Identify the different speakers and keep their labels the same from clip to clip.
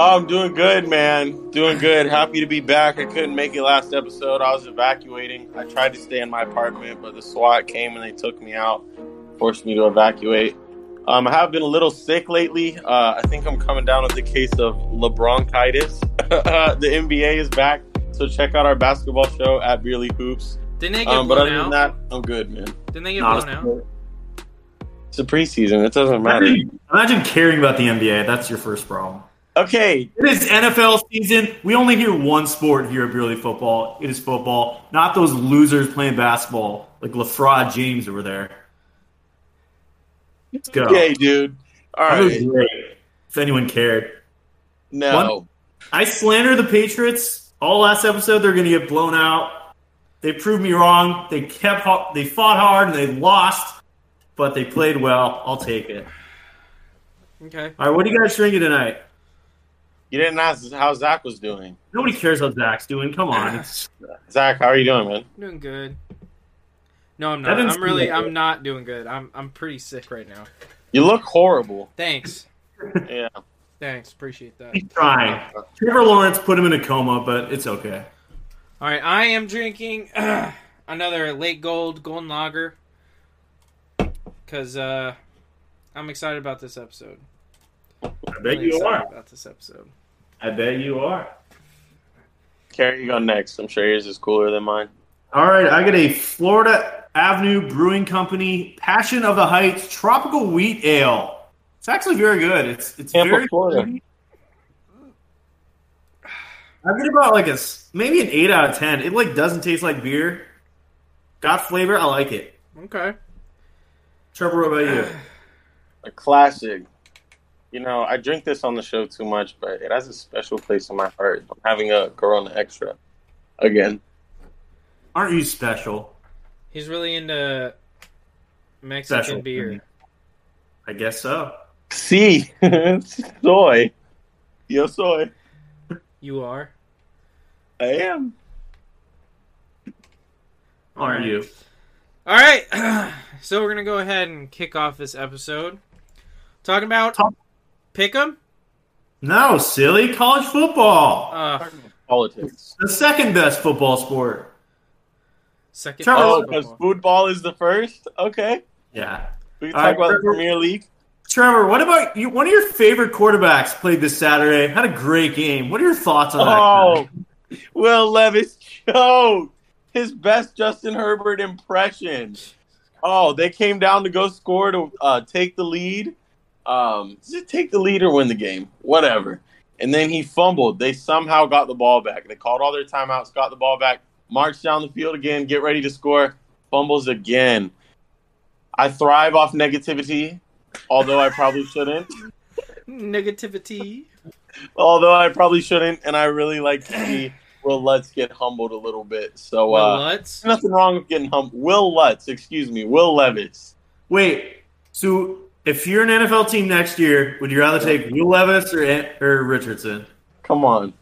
Speaker 1: Oh, doing good, man. Doing good. Happy to be back. I couldn't make it last episode. I was evacuating. I tried to stay in my apartment, but the SWAT came and they took me out, forced me to evacuate. Um, I have been a little sick lately. Uh, I think I'm coming down with a case of LeBronchitis. the NBA is back, so check out our basketball show at Beerly Hoops.
Speaker 2: Didn't they get
Speaker 1: Um, but
Speaker 2: blown
Speaker 1: other
Speaker 2: out?
Speaker 1: than that, I'm good, man.
Speaker 2: Didn't they get
Speaker 3: Nah,
Speaker 2: blown out?
Speaker 1: It's a preseason. It doesn't matter.
Speaker 3: Imagine, imagine caring about the NBA. That's your first problem.
Speaker 1: Okay,
Speaker 3: It is NFL season. We only hear one sport here at Beer League Football. It is football, not those losers playing basketball like LaFraud James over there. Let's go.
Speaker 1: okay, dude. All
Speaker 3: That was
Speaker 1: right.
Speaker 3: great. If anyone cared.
Speaker 1: No.
Speaker 3: I slander the Patriots all last episode. They're going to get blown out. They proved me wrong. They kept ho- they fought hard and they lost, but they played well. I'll take it.
Speaker 2: Okay.
Speaker 3: All right, what are you guys drinking tonight?
Speaker 1: You didn't ask how Zach was doing.
Speaker 3: Nobody cares how Zach's doing. Come on, It's-
Speaker 1: Zach, how are you doing, man?
Speaker 2: Doing good. No, I'm not.
Speaker 3: Evan's
Speaker 2: I'm really.
Speaker 3: doing
Speaker 2: I'm
Speaker 3: good.
Speaker 2: not doing good. I'm. I'm pretty sick right now.
Speaker 1: You look horrible.
Speaker 2: Thanks.
Speaker 1: Yeah.
Speaker 2: Thanks. Appreciate that.
Speaker 3: he's trying. Trevor Lawrence put him in a coma, but it's okay.
Speaker 2: All right. I am drinking another late gold golden lager because uh, I'm excited about this episode.
Speaker 3: I bet
Speaker 2: Really
Speaker 3: you
Speaker 2: excited
Speaker 3: are.
Speaker 2: about this episode.
Speaker 3: I bet you are.
Speaker 1: Carrie, you go next. I'm sure yours is cooler than mine.
Speaker 3: All right, I got a Florida Avenue Brewing Company Passion of the Heights Tropical Wheat Ale. It's actually very good. It's it's
Speaker 1: Tampa,
Speaker 3: very
Speaker 1: Florida.
Speaker 3: fruity. I give it about like a s- maybe an eight out of ten. It like doesn't taste like beer. Got flavor. I like it.
Speaker 2: Okay.
Speaker 3: Trevor, what about you?
Speaker 1: A classic. You know, I drink this on the show too much, but it has a special place in my heart. I'm having a Corona Extra again.
Speaker 3: Aren't you special?
Speaker 2: He's really into Mexican
Speaker 3: Special.
Speaker 2: beer.
Speaker 3: I guess so.
Speaker 1: See, soy. Yo, soy.
Speaker 2: You are.
Speaker 1: I am.
Speaker 3: Aren't you?
Speaker 2: All right. so we're gonna go ahead and kick off this episode talking about
Speaker 3: Top-
Speaker 2: pick 'em.
Speaker 3: No, silly college football.
Speaker 2: Uh,
Speaker 1: Politics.
Speaker 3: the second best football sport.
Speaker 2: second.
Speaker 3: Trevor-
Speaker 2: best
Speaker 1: Oh,
Speaker 2: football.
Speaker 1: because football is the first? Okay.
Speaker 3: Yeah.
Speaker 1: We can
Speaker 3: All
Speaker 1: talk
Speaker 3: right,
Speaker 1: about the
Speaker 3: Trevor.
Speaker 1: Premier League.
Speaker 3: Trevor, what about you? One of your favorite quarterbacks played this Saturday. Had a great game. What are your thoughts on that?
Speaker 1: Oh, Will Levis choked. His best Justin Herbert impression. Oh, they came down to go score to uh, take the lead. Um, is it take the lead or win the game? Whatever. And then he fumbled. They somehow got the ball back. They called all their timeouts, got the ball back, marched down the field again, get ready to score, fumbles again. I thrive off negativity, although I probably shouldn't
Speaker 2: negativity.
Speaker 1: although I probably shouldn't, and I really like to see Will Lutz get humbled a little bit. So
Speaker 2: Will
Speaker 1: uh,
Speaker 2: Lutz.
Speaker 1: there's nothing wrong with getting humbled. Will Lutz, excuse me, Will Levis.
Speaker 3: Wait, so if you're an NFL team next year, would you rather take Will Levis or or Richardson?
Speaker 1: Come on,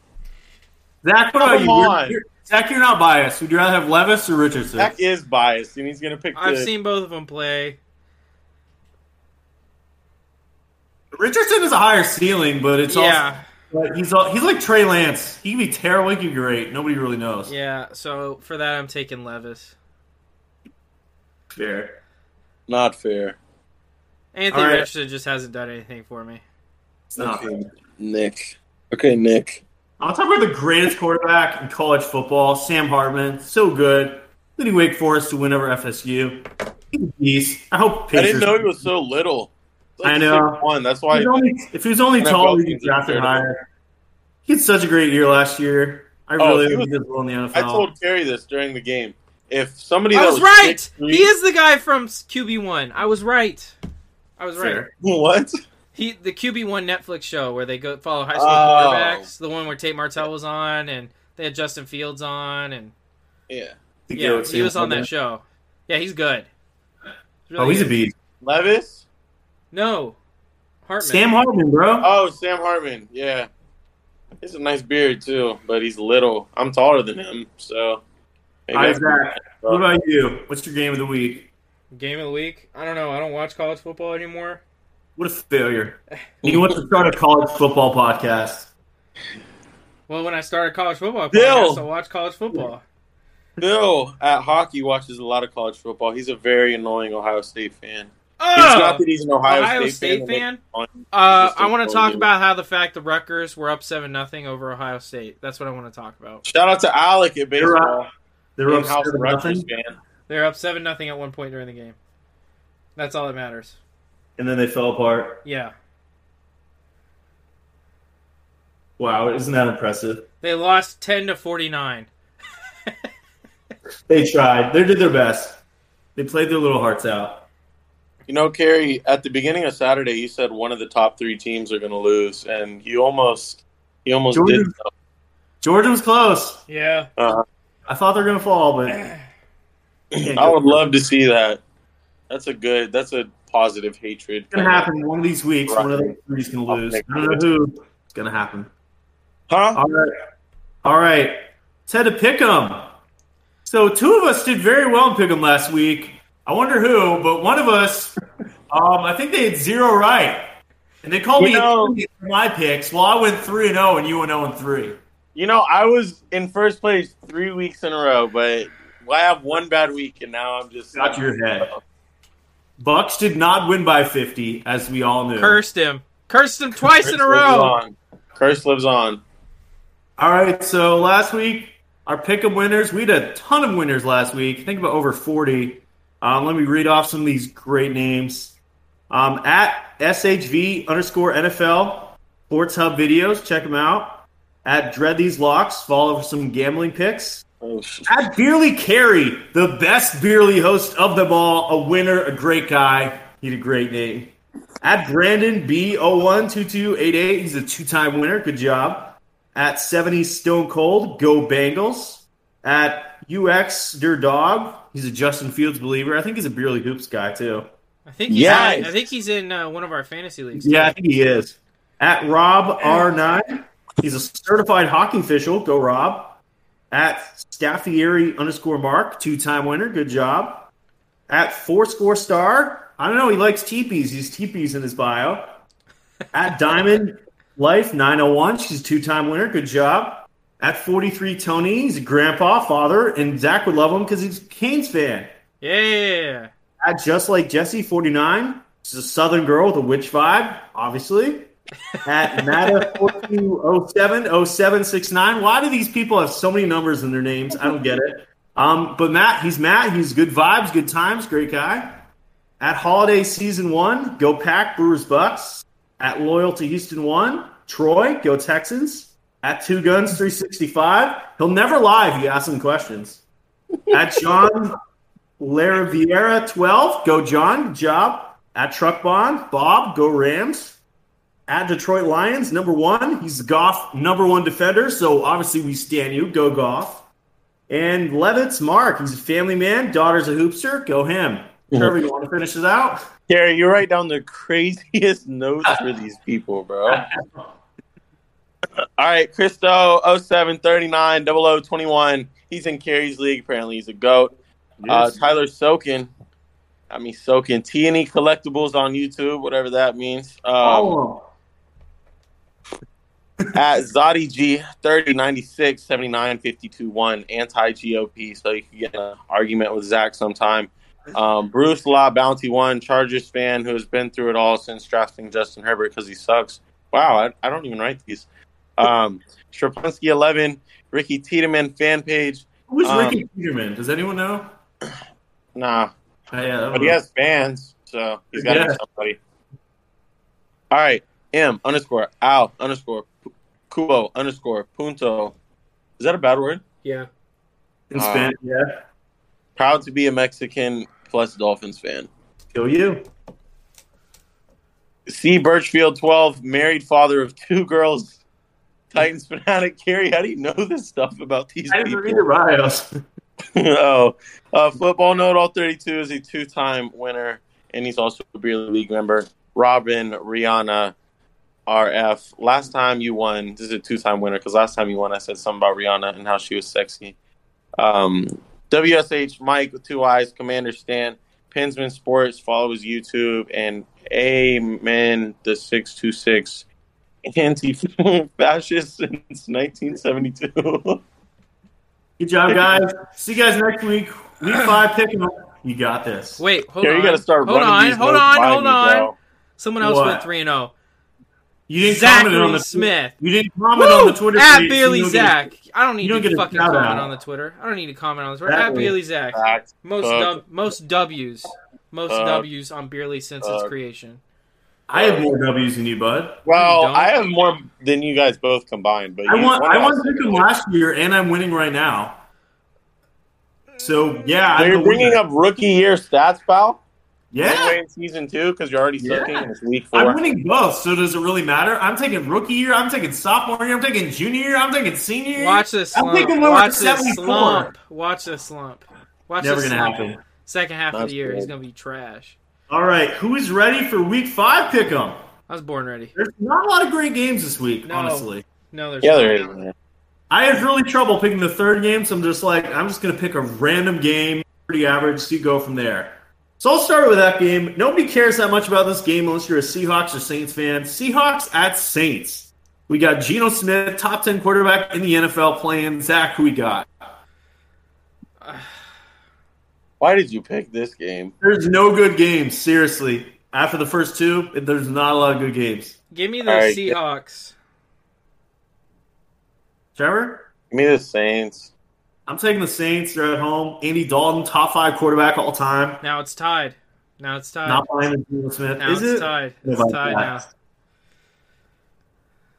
Speaker 3: Zach, what about
Speaker 1: Come
Speaker 3: you?
Speaker 1: on.
Speaker 3: You're- Zach, you're not biased. Would you rather have Levis or Richardson?
Speaker 1: Zach is biased, and he's gonna pick. The,
Speaker 2: I've seen both of them play.
Speaker 3: Richardson is a higher ceiling, but it's
Speaker 2: yeah,
Speaker 3: also but he's all, he's like Trey Lance. He can be terrible. He can be great. Nobody really knows.
Speaker 2: yeah. So for that, I'm taking Levis.
Speaker 3: Fair.
Speaker 1: not fair.
Speaker 2: Anthony
Speaker 3: All right.
Speaker 2: Richardson just hasn't done anything for me.
Speaker 3: It's not fair.
Speaker 1: Nick. Okay, Nick.
Speaker 3: I'll talk about the greatest quarterback in college football, Sam Hartman. So good. Leading Wake Forest to win over FSU. He's a beast. I hope
Speaker 1: I
Speaker 3: Pacers.
Speaker 1: didn't know he was so little. Like
Speaker 3: I know.
Speaker 1: One. That's
Speaker 3: If
Speaker 1: why.
Speaker 3: he was only, if he was only
Speaker 1: NFL
Speaker 3: tall, he'd
Speaker 1: teams are
Speaker 3: drafted
Speaker 1: terrible.
Speaker 3: higher. He had such a great year last year. I
Speaker 1: Oh,
Speaker 3: really
Speaker 1: he
Speaker 3: hope
Speaker 1: was-
Speaker 3: he does well in the NFL.
Speaker 1: I told Carrie this during the game. If somebody
Speaker 2: I
Speaker 1: that
Speaker 2: was right.
Speaker 1: 6'3"
Speaker 2: He is the guy from QB one. I was right. I was right.
Speaker 3: Fair.
Speaker 1: what?
Speaker 2: He the QB one Netflix show where they go follow high school
Speaker 1: Oh.
Speaker 2: quarterbacks. The one where Tate Martell was on, and they had Justin Fields on, and
Speaker 1: Yeah,
Speaker 3: The
Speaker 2: yeah,
Speaker 3: goat,
Speaker 2: he
Speaker 3: Sam
Speaker 2: was on
Speaker 3: Hartman.
Speaker 2: that show. Yeah, he's good.
Speaker 3: Oh, he's a
Speaker 2: good.
Speaker 3: beast.
Speaker 1: Levis.
Speaker 2: No, Hartman.
Speaker 3: Sam Hartman, bro.
Speaker 1: Oh, Sam Hartman. Yeah. He's a nice beard, too, but he's little. I'm taller than him, so. Maybe I-
Speaker 3: Isaac, what about you? What's your game of the week?
Speaker 2: Game of the week. I don't know. I don't watch college football anymore.
Speaker 3: What a failure. You want to start a college football podcast.
Speaker 2: Well, when I started college football,
Speaker 1: Bill.
Speaker 2: podcast, I watched college football.
Speaker 1: Bill at hockey watches a lot of college football. He's a very annoying Ohio State fan.
Speaker 3: Ah!
Speaker 2: Oh,
Speaker 1: It's not that he's an Ohio,
Speaker 2: Ohio
Speaker 1: State,
Speaker 2: State fan.
Speaker 1: fan. that makes it
Speaker 2: Uh,
Speaker 1: Just a
Speaker 2: I want to talk
Speaker 1: podium.
Speaker 2: about how the fact the Rutgers were up seven nothing over Ohio State. That's what I want to talk about.
Speaker 1: fun. Shout out to Alec at
Speaker 3: They're
Speaker 1: baseball.
Speaker 3: up. They're up
Speaker 1: In-house
Speaker 3: seven
Speaker 1: Rutgers
Speaker 3: nothing,
Speaker 1: fan.
Speaker 2: They're up seven nothing at one point during the game. That's all that matters.
Speaker 3: and then they fell apart.
Speaker 2: Yeah,
Speaker 3: Wow, isn't that impressive?
Speaker 2: they lost ten to forty nine.
Speaker 3: They tried. They did their best. They played their little hearts out.
Speaker 1: You know, Kerry, at the beginning of Saturday, you said one of the top three teams are going to lose, and you almost, you almost
Speaker 3: Jordan-
Speaker 1: did. so.
Speaker 3: Georgia was close.
Speaker 2: Yeah,
Speaker 3: I thought they were going to fall, but
Speaker 1: I would love to see that. That's a good. That's a positive hatred.
Speaker 3: It's going to happen one of these weeks. One of the three's going to lose. I don't know who. It's going to happen.
Speaker 1: Huh?
Speaker 3: All right. All right. It's had to pick 'em. So two of us did very well in pick 'em last week. I wonder who, but one of us, um, I think they had zero right. And they called
Speaker 1: You
Speaker 3: me
Speaker 1: know-
Speaker 3: an idiot for my picks. Well, I went 3 and 0 and you went 0 and 3.
Speaker 1: You know, I was in first place three weeks in a row, but I have one bad week, and now I'm just uh,
Speaker 3: Got your head. Bucks did not win by 50 as we all knew.
Speaker 2: cursed him, cursed him twice
Speaker 1: Curse
Speaker 2: in a
Speaker 1: lives
Speaker 2: row.
Speaker 1: on. Curse lives on.
Speaker 3: All right, so last week our pick 'em winners. We had a ton of winners last week. I think about over forty. Um, let me read off some of these great names. Um, at shv underscore NFL Sports Hub Videos, check them out. At Dread These Locks, follow for some gambling picks.
Speaker 1: Oh, sh-
Speaker 3: At Beerly Carey, the best Beerly host of them all, a winner, a great guy. He had a great name. At Brandon B012288, he's a two time winner. Good job. At 70 Stone Cold, go Bengals. At UX Your Dog, he's a Justin Fields believer. I think he's a Beerly Hoops guy, too.
Speaker 2: I think he's
Speaker 1: Yes.
Speaker 2: in, I think he's in uh, one of our fantasy leagues.
Speaker 3: Yeah, I think he is. At Rob R9, he's a certified hockey official. Go Rob. At Staffieri underscore Mark, two time winner. Good job. At Four Score Star, I don't know. He likes teepees. He's teepees in his bio. At Diamond Life 901, she's a two time winner. Good job. At 43 Tony, he's a grandpa, father, and Zach would love him because he's a Canes fan
Speaker 2: yeah.
Speaker 3: at just like Jesse forty nine. She's a Southern girl with a witch vibe, obviously. At Mata four two oh seven oh seven six nine. Why do these people have so many numbers in their names? I don't get it. Um, but Matt, he's Matt. He's good vibes, good times, great guy. At Holiday Season One, go Pack Brewers Bucks. At Loyalty Houston One, Troy, go Texans. At Two Guns 365, he'll never lie if you ask him questions. At John Lara Vieira, 12. Go, John. Good job. At Truck Bond, Bob. Go, Rams. At Detroit Lions, number one. He's Goff, number one defender. So obviously we stand you. Go, Goff. And Levitt's Mark. He's a family man. Daughter's a hoopster. Go, him. Trevor, you want to finish this out?
Speaker 1: Gary, you write down the craziest notes for these people, bro. All right, Christo 0739 0021. He's in Carey's league. Apparently, he's a goat. Uh, Tyler Sokin. I mean, Sokin. T&E Collectibles on YouTube, whatever that means. Um,
Speaker 3: Follow
Speaker 1: at Zodi G 30 96 79 52 1 anti GOP. So you can get in an argument with Zach sometime. Um, Bruce Law Bounty One Chargers fan who has been through it all since drafting Justin Herbert because he sucks. Wow, I, I don't even write these. Um, Strapinski Eleven Ricky Tiedemann fan page.
Speaker 3: Who is
Speaker 1: um,
Speaker 3: Ricky Peterman? Does anyone know?
Speaker 1: Nah,
Speaker 3: Oh, yeah, that
Speaker 1: but he
Speaker 3: was-
Speaker 1: has fans, so he's got to be
Speaker 3: Yeah.
Speaker 1: somebody. All right, M underscore Al underscore Pu- Kubo underscore Punto. Is that a bad word?
Speaker 2: Yeah.
Speaker 1: uh,
Speaker 3: in Spanish, yeah.
Speaker 1: Proud to be a Mexican plus Dolphins fan.
Speaker 3: Kill you.
Speaker 1: C. Birchfield, 12, married father of two girls. Titans fanatic. Carrie, how do you know this stuff about these
Speaker 3: I didn't
Speaker 1: people?
Speaker 3: read the Rios.
Speaker 1: oh, uh, football note all 32 is a two time winner, and he's also a beer league member. Robin, Rihanna, RF. Last time you won, this is a two time winner because last time you won, I said something about Rihanna and how she was sexy. Um, WSH Mike with two eyes, Commander Stan, Pensman Sports, follow his YouTube, and Amen the 626 anti-fascist since 1972.
Speaker 3: Good job, guys. See you guys next week. Week five pick 'em. You got this.
Speaker 2: Wait, hold
Speaker 1: Yeah,
Speaker 2: on.
Speaker 1: you got to start
Speaker 2: hold
Speaker 1: running
Speaker 2: on,
Speaker 1: these
Speaker 2: hold
Speaker 1: notes
Speaker 2: on,
Speaker 1: by
Speaker 2: hold
Speaker 1: me,
Speaker 2: on.
Speaker 1: bro.
Speaker 2: Someone else
Speaker 3: What?
Speaker 2: went three and zero.
Speaker 3: You didn't comment on
Speaker 2: Zachary
Speaker 3: the
Speaker 2: Smith.
Speaker 3: You didn't comment on the Twitter.
Speaker 2: at
Speaker 3: page, so you
Speaker 2: Bailey
Speaker 3: don't get-
Speaker 2: Zach. I don't need
Speaker 3: you don't
Speaker 2: to
Speaker 3: get a
Speaker 2: fucking
Speaker 3: shout
Speaker 2: comment
Speaker 3: out.
Speaker 2: on the Twitter. I don't need to comment on the Twitter.
Speaker 3: That
Speaker 2: At
Speaker 3: way.
Speaker 2: Bailey Zach.
Speaker 1: Facts.
Speaker 2: Most
Speaker 1: Fuck.
Speaker 2: dub, most W's, most
Speaker 1: Fuck.
Speaker 2: W's on Beerly since its
Speaker 1: Fuck.
Speaker 2: creation.
Speaker 3: I have more W's than you, bud.
Speaker 1: Well,
Speaker 2: You don't?
Speaker 1: I have more than you guys both combined, but
Speaker 3: I
Speaker 1: you
Speaker 3: won.
Speaker 1: won
Speaker 3: I
Speaker 1: last
Speaker 3: won pick 'em
Speaker 1: week.
Speaker 3: last year, and I'm winning right now. So yeah, I'm
Speaker 1: You're
Speaker 3: the
Speaker 1: bringing
Speaker 3: winner.
Speaker 1: up rookie year stats, pal.
Speaker 3: Yeah,
Speaker 1: Anyway, in season two because you're already
Speaker 3: Yeah.
Speaker 1: sucking and it's week 4
Speaker 3: I'm winning both. So does it really matter? I'm taking rookie year. I'm taking sophomore year. I'm taking junior year. I'm taking senior year.
Speaker 2: Watch this
Speaker 3: I'm
Speaker 2: slump.
Speaker 3: thinking we're
Speaker 2: Watch
Speaker 3: at
Speaker 2: this
Speaker 3: 74.
Speaker 2: slump. Watch this slump. Watch
Speaker 3: Never
Speaker 2: this
Speaker 3: gonna
Speaker 2: slump.
Speaker 3: happen.
Speaker 2: Second half of
Speaker 1: That's
Speaker 2: the year, he's
Speaker 1: cool.
Speaker 2: gonna be trash.
Speaker 3: All right, who is ready for week five pick 'em?
Speaker 2: I was born ready.
Speaker 3: There's not a lot of great games this week,
Speaker 2: No.
Speaker 3: honestly.
Speaker 2: No, there's
Speaker 1: Yeah,
Speaker 2: not.
Speaker 1: there is. man.
Speaker 3: I had really trouble picking the third game, so I'm just like, I'm just gonna pick a random game, pretty average, see go from there. So I'll start with that game. Nobody cares that much about this game unless you're a Seahawks or Saints fan. Seahawks at Saints. We got Geno Smith, top ten quarterback in the NFL, playing Zach. Who we got?
Speaker 1: Why did you pick this game?
Speaker 3: There's no good games. Seriously, after the first two, there's not a lot of good games.
Speaker 2: Give me the
Speaker 1: All right.
Speaker 2: Seahawks.
Speaker 3: Trevor,
Speaker 1: Give me the Saints.
Speaker 3: I'm taking the Saints. They're at home. Andy Dalton, top five quarterback all time.
Speaker 2: Now it's tied. Now it's tied.
Speaker 3: Not buying the Geno Smith.
Speaker 2: now
Speaker 3: Is
Speaker 2: it's
Speaker 3: it?
Speaker 2: tied.
Speaker 3: Nobody
Speaker 2: It's tied now.
Speaker 3: cares.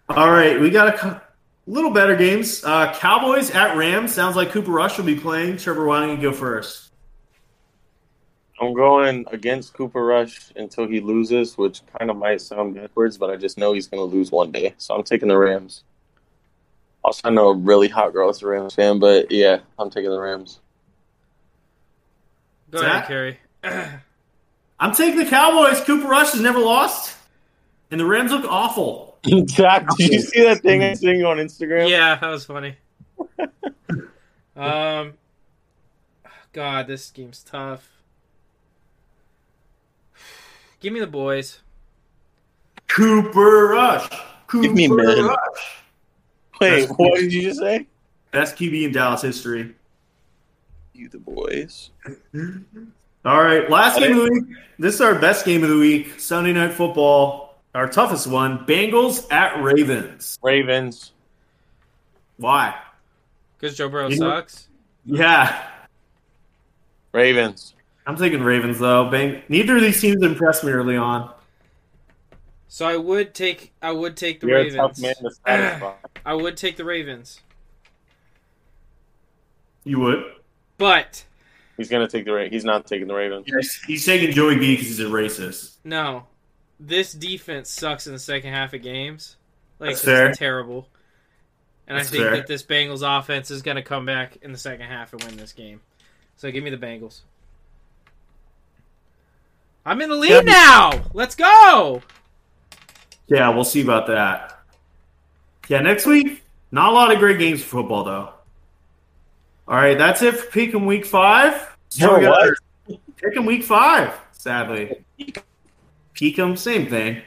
Speaker 3: All right, we got a cou- little better games. Uh, Cowboys at Rams. Sounds like Cooper Rush will be playing. Trevor, why don't you go first?
Speaker 1: I'm going against Cooper Rush until he loses, which kind of might sound backwards, but I just know he's going to lose one day. So I'm taking the Rams. Also, I know a really hot girl is a Rams fan, but yeah, I'm taking the Rams.
Speaker 2: Go ahead,
Speaker 3: Zach?
Speaker 2: Kerry.
Speaker 3: I'm taking the Cowboys. Cooper Rush has never lost, and the Rams look awful.
Speaker 1: Zach, did you see that thing I sent you on Instagram?
Speaker 2: Yeah, that was funny. um, God, this game's tough. Give me the boys.
Speaker 3: Cooper Rush. Cooper
Speaker 1: Give me men.
Speaker 3: Rush.
Speaker 1: Wait, what did you just say?
Speaker 3: Best QB in Dallas history.
Speaker 1: You the boys.
Speaker 3: All right, last
Speaker 1: Got
Speaker 3: game of the week. This is our best game of the week. Sunday Night Football. Our toughest one. Bengals at Ravens.
Speaker 1: Ravens.
Speaker 3: Why?
Speaker 2: Because Joe Burrow
Speaker 3: You know-
Speaker 2: sucks.
Speaker 3: Yeah.
Speaker 1: Ravens.
Speaker 3: I'm taking Ravens though. Bang. Neither of these teams impressed me early on.
Speaker 2: So I would take I would take the
Speaker 1: You're a tough
Speaker 2: Ravens.
Speaker 1: man to satisfy.
Speaker 2: I would take the Ravens.
Speaker 3: You would.
Speaker 2: But
Speaker 1: he's gonna take the Ra- he's not taking the Ravens.
Speaker 3: Yes. He's taking Joey B because he's a racist.
Speaker 2: no. This defense sucks in the second half of games. Like
Speaker 3: That's
Speaker 2: it's
Speaker 3: fair.
Speaker 2: terrible. And
Speaker 3: That's
Speaker 2: I think
Speaker 3: fair.
Speaker 2: that this Bengals offense is gonna come back in the second half and win this game. So give me the Bengals. I'm in the lead now. Let's go.
Speaker 3: Yeah, we'll see about that. Yeah, next week. Not a lot of great games for football though. All right, that's it for Peak in Week Five.
Speaker 1: For
Speaker 3: we got
Speaker 1: what?
Speaker 3: our- Pick 'em Week Five. Sadly, Peak 'em, same thing.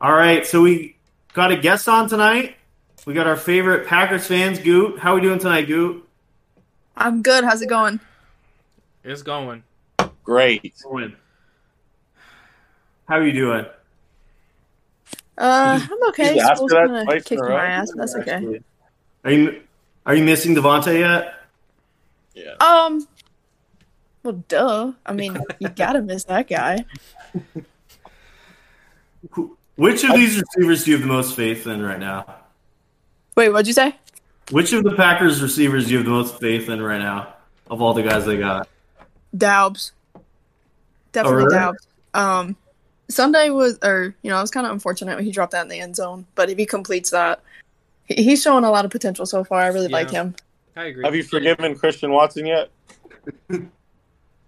Speaker 3: All right, so we got a guest on tonight. We got our favorite Packers fans, Goot. How we doing tonight, Goot?
Speaker 4: I'm good. How's it going?
Speaker 2: It's going.
Speaker 1: Great.
Speaker 3: How are you doing?
Speaker 4: Uh, I'm okay.
Speaker 1: After
Speaker 4: School's
Speaker 1: that
Speaker 4: gonna
Speaker 1: twice in
Speaker 4: kick
Speaker 1: a
Speaker 4: my
Speaker 1: row,
Speaker 4: ass, but that's okay.
Speaker 3: Are you are you missing Devontae yet?
Speaker 1: Yeah.
Speaker 4: Um, well, duh. I mean, you gotta miss that guy.
Speaker 3: Who- Which of these receivers do you have the most faith in right now?
Speaker 4: Wait, what'd you say?
Speaker 3: Which of the Packers receivers do you have the most faith in right now? Of all the guys they got,
Speaker 4: Daubs.
Speaker 1: Oh,
Speaker 4: Definitely
Speaker 3: really?
Speaker 4: Daubs. Um, Sunday was, or you know, I was kind of unfortunate when he dropped that in the end zone. But if he completes that, he- he's showing a lot of potential so far. I really like
Speaker 2: Yeah.
Speaker 4: him.
Speaker 2: I agree.
Speaker 1: Have you forgiven Christian Watson yet?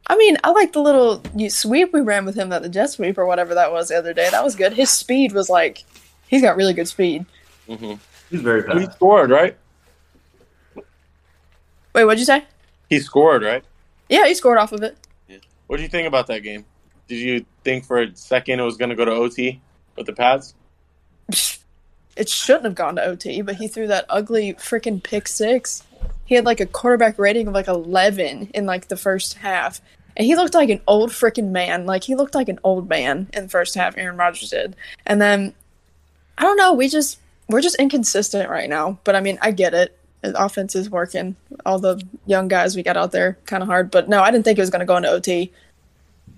Speaker 4: I mean, I like the little you- sweep we ran with him, that the jet sweep or whatever that was the other day. That was good. His speed was like, he's got really good speed.
Speaker 1: Mm-hmm.
Speaker 3: he's very
Speaker 1: He
Speaker 3: fast.
Speaker 1: scored, right?
Speaker 4: Wait, what'd you say?
Speaker 1: He scored, right?
Speaker 4: Yeah, he scored off of it.
Speaker 1: What do you think about that game? Did you think for a second it was gonna go to OT with the Pats?
Speaker 4: it shouldn't have gone to OT, but he threw that ugly freaking pick six. He had like a quarterback rating of like 11 in like the first half. And he looked like an old freaking man. Like he looked like an old man in the first half, Aaron Rodgers did. And then I don't know, we just we're just inconsistent right now. But I mean, I get it. The offense is working. All the young guys we got out there kind of hard, but no, I didn't think it was going to go into OT.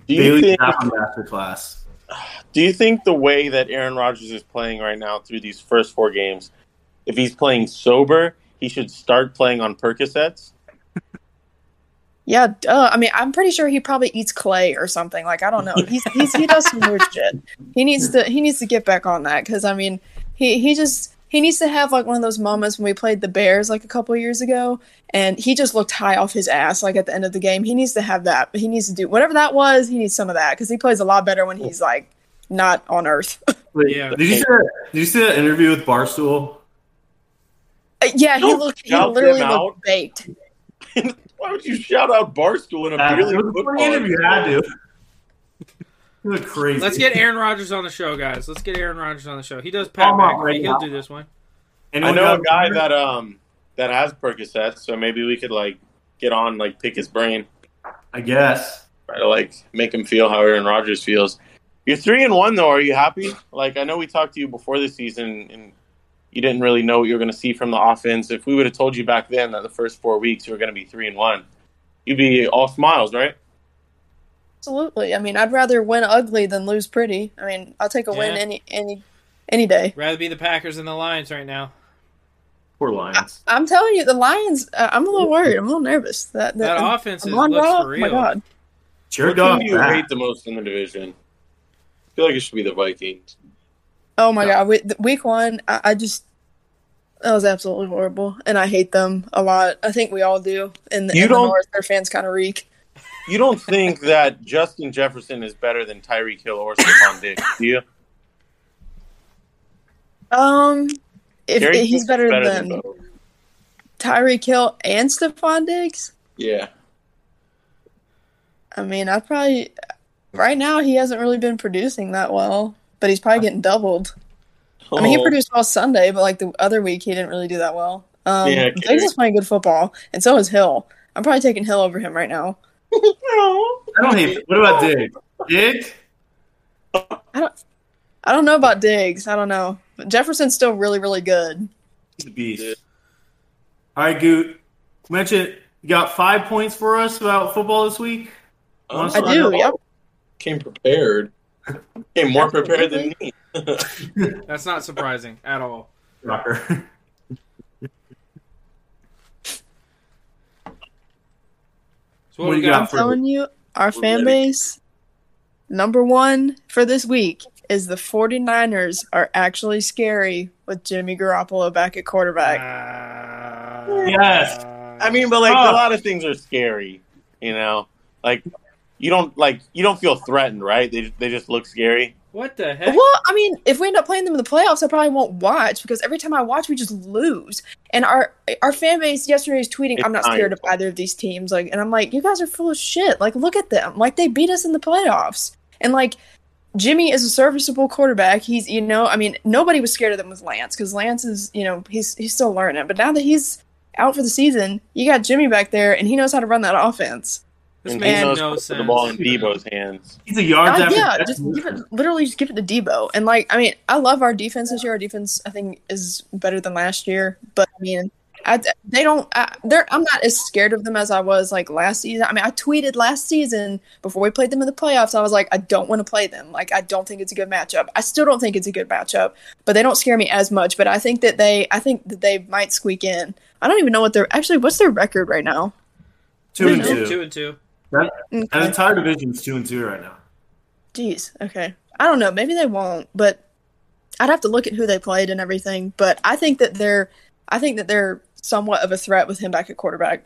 Speaker 1: Do you
Speaker 3: Bailey's
Speaker 1: think?
Speaker 3: not a master class.
Speaker 1: Do you think the way that Aaron Rodgers is playing right now through these first four games, if he's playing sober, he should start playing on Percocets?
Speaker 4: Yeah, duh. I mean, I'm pretty sure he probably eats clay or something. Like I don't know. He's, he's he does some weird shit. He needs to he needs to get back on that because I mean, he he just he needs to have like one of those moments when we played the Bears like a couple years ago, and he just looked high off his ass like at the end of the game. He needs to have that. He needs to do whatever that was. He needs some of that because he plays a lot better when he's like not on Earth.
Speaker 3: Wait,
Speaker 2: Yeah.
Speaker 3: Did you see that? Did you see that interview with Barstool?
Speaker 4: Uh, yeah, he
Speaker 1: Don't
Speaker 4: looked he
Speaker 1: shout
Speaker 4: literally
Speaker 1: them out.
Speaker 4: looked baked.
Speaker 1: Why would you shout out Barstool in a
Speaker 3: Uh,
Speaker 1: really
Speaker 3: it was a
Speaker 1: football
Speaker 3: funny interview. I had to. It was crazy.
Speaker 2: Let's get Aaron Rodgers on the show, guys. Let's get Aaron Rodgers on the show. He does Pat
Speaker 3: Come on,
Speaker 2: McAfee.
Speaker 3: right
Speaker 2: He'll
Speaker 3: now.
Speaker 2: do this one.
Speaker 1: I
Speaker 3: Anyone
Speaker 1: know a
Speaker 3: got-
Speaker 1: guy that um that has Percocets, so maybe we could like get on like pick his brain,
Speaker 3: I guess.
Speaker 1: try to like make him feel how Aaron Rodgers feels. You're three and one though. Are you happy? Like I know we talked to you before the season, and you didn't really know what you were going to see from the offense. If we would have told you back then that the first four weeks you were going to be three and one, you'd be all smiles, right?
Speaker 4: Absolutely. I mean, I'd rather win ugly than lose pretty. I mean, I'll take a win
Speaker 2: Yeah.
Speaker 4: any any any day.
Speaker 2: Rather be the Packers and the Lions right now.
Speaker 3: Poor Lions.
Speaker 4: I'm telling you, the Lions. Uh, I'm a little worried. I'm a little nervous. That
Speaker 2: That
Speaker 4: that, I'm-
Speaker 2: offense is,
Speaker 4: I'm on
Speaker 2: looks
Speaker 4: Raw.
Speaker 2: for
Speaker 4: Oh
Speaker 2: real.
Speaker 4: my god.
Speaker 3: Jared
Speaker 1: Who
Speaker 3: Goff.
Speaker 1: do you
Speaker 3: back.
Speaker 1: hate the most in the division? I feel like it should be the Vikings.
Speaker 4: Oh my god. We, th- week one, I, I just that was absolutely horrible, and I hate them a lot. I think we all do. And
Speaker 1: You
Speaker 4: in
Speaker 1: don't-
Speaker 4: the North, their fans kind of reek.
Speaker 1: You don't think that Justin Jefferson is better than Tyreek Hill or Stephon Diggs, do you?
Speaker 4: Um, if,
Speaker 1: Tyreek
Speaker 4: if he's
Speaker 1: Hill's
Speaker 4: better, than,
Speaker 1: both.
Speaker 4: Tyreek Hill and Stephon Diggs,
Speaker 1: Yeah.
Speaker 4: I mean, I probably right now he hasn't really been producing that well, but he's probably getting doubled. I mean, he
Speaker 1: Oh.
Speaker 4: produced well Sunday, but like the other week, he didn't really do that well. Um,
Speaker 1: Yeah, okay.
Speaker 4: Diggs is playing good football, and so is Hill. I'm probably taking Hill over him right now.
Speaker 3: I don't hate. What about Dig? Dig?
Speaker 4: I don't know about Diggs. I don't know. But Jefferson's still really, really good.
Speaker 3: He's a beast. All right, Goot. Mention you got five points for us about football this week.
Speaker 1: Um,
Speaker 4: I do.
Speaker 1: know.
Speaker 4: Yep.
Speaker 1: Came prepared. Came more prepared than me.
Speaker 2: That's not surprising at all.
Speaker 3: Shocker.
Speaker 2: So what, do we got?
Speaker 4: I'm telling you, our
Speaker 1: We're
Speaker 4: fan
Speaker 1: ready.
Speaker 4: base number one for this week is the 49ers are actually scary with Jimmy Garoppolo back at quarterback.
Speaker 2: Uh,
Speaker 3: Yes.
Speaker 1: I mean, but like
Speaker 3: Oh.
Speaker 1: a lot of things are scary, you know. Like you don't like you don't feel threatened, right? They they just look scary.
Speaker 2: what the heck?
Speaker 4: Well, I mean, if we end up playing them in the playoffs, I probably won't watch because every time I watch, we just lose. And our our fan base yesterday was tweeting,
Speaker 1: It's
Speaker 4: "I'm not
Speaker 1: not
Speaker 4: scared
Speaker 1: your
Speaker 4: of either of these teams." Like, and I'm like, "You guys are full of shit." Like, look at them. Like, they beat us in the playoffs. And like, Jimmy is a serviceable quarterback. He's you know, I mean, nobody was scared of them with Lance because Lance is you know he's he's still learning. But now that he's out for the season, you got Jimmy back there, and he knows how to run that offense.
Speaker 2: This
Speaker 1: And
Speaker 2: makes
Speaker 1: Debo's
Speaker 2: no
Speaker 1: put
Speaker 2: sense.
Speaker 1: The ball in Debo's hands.
Speaker 3: He's a yards
Speaker 4: Uh,
Speaker 3: after.
Speaker 4: yeah, just give it. Literally, just give it to Debo. And like, I mean, I love our defense this year. Our defense, I think, is better than last year. But I mean, I, they don't. I, they're. I'm not as scared of them as I was like last season. I mean, I tweeted last season before we played them in the playoffs. I was like, I don't want to play them. Like, I don't think it's a good matchup. I still don't think it's a good matchup. But they don't scare me as much. But I think that they. I think that they might squeak in. I don't even know what they're actually. What's their record right now?
Speaker 3: two and
Speaker 2: Two,
Speaker 3: two.
Speaker 2: two and two.
Speaker 3: That
Speaker 4: Okay.
Speaker 3: entire division's two and two right now.
Speaker 4: Jeez. Okay. I don't know. Maybe they won't, but I'd have to look at who they played and everything. But I think that they're, I think that they're somewhat of a threat with him back at quarterback.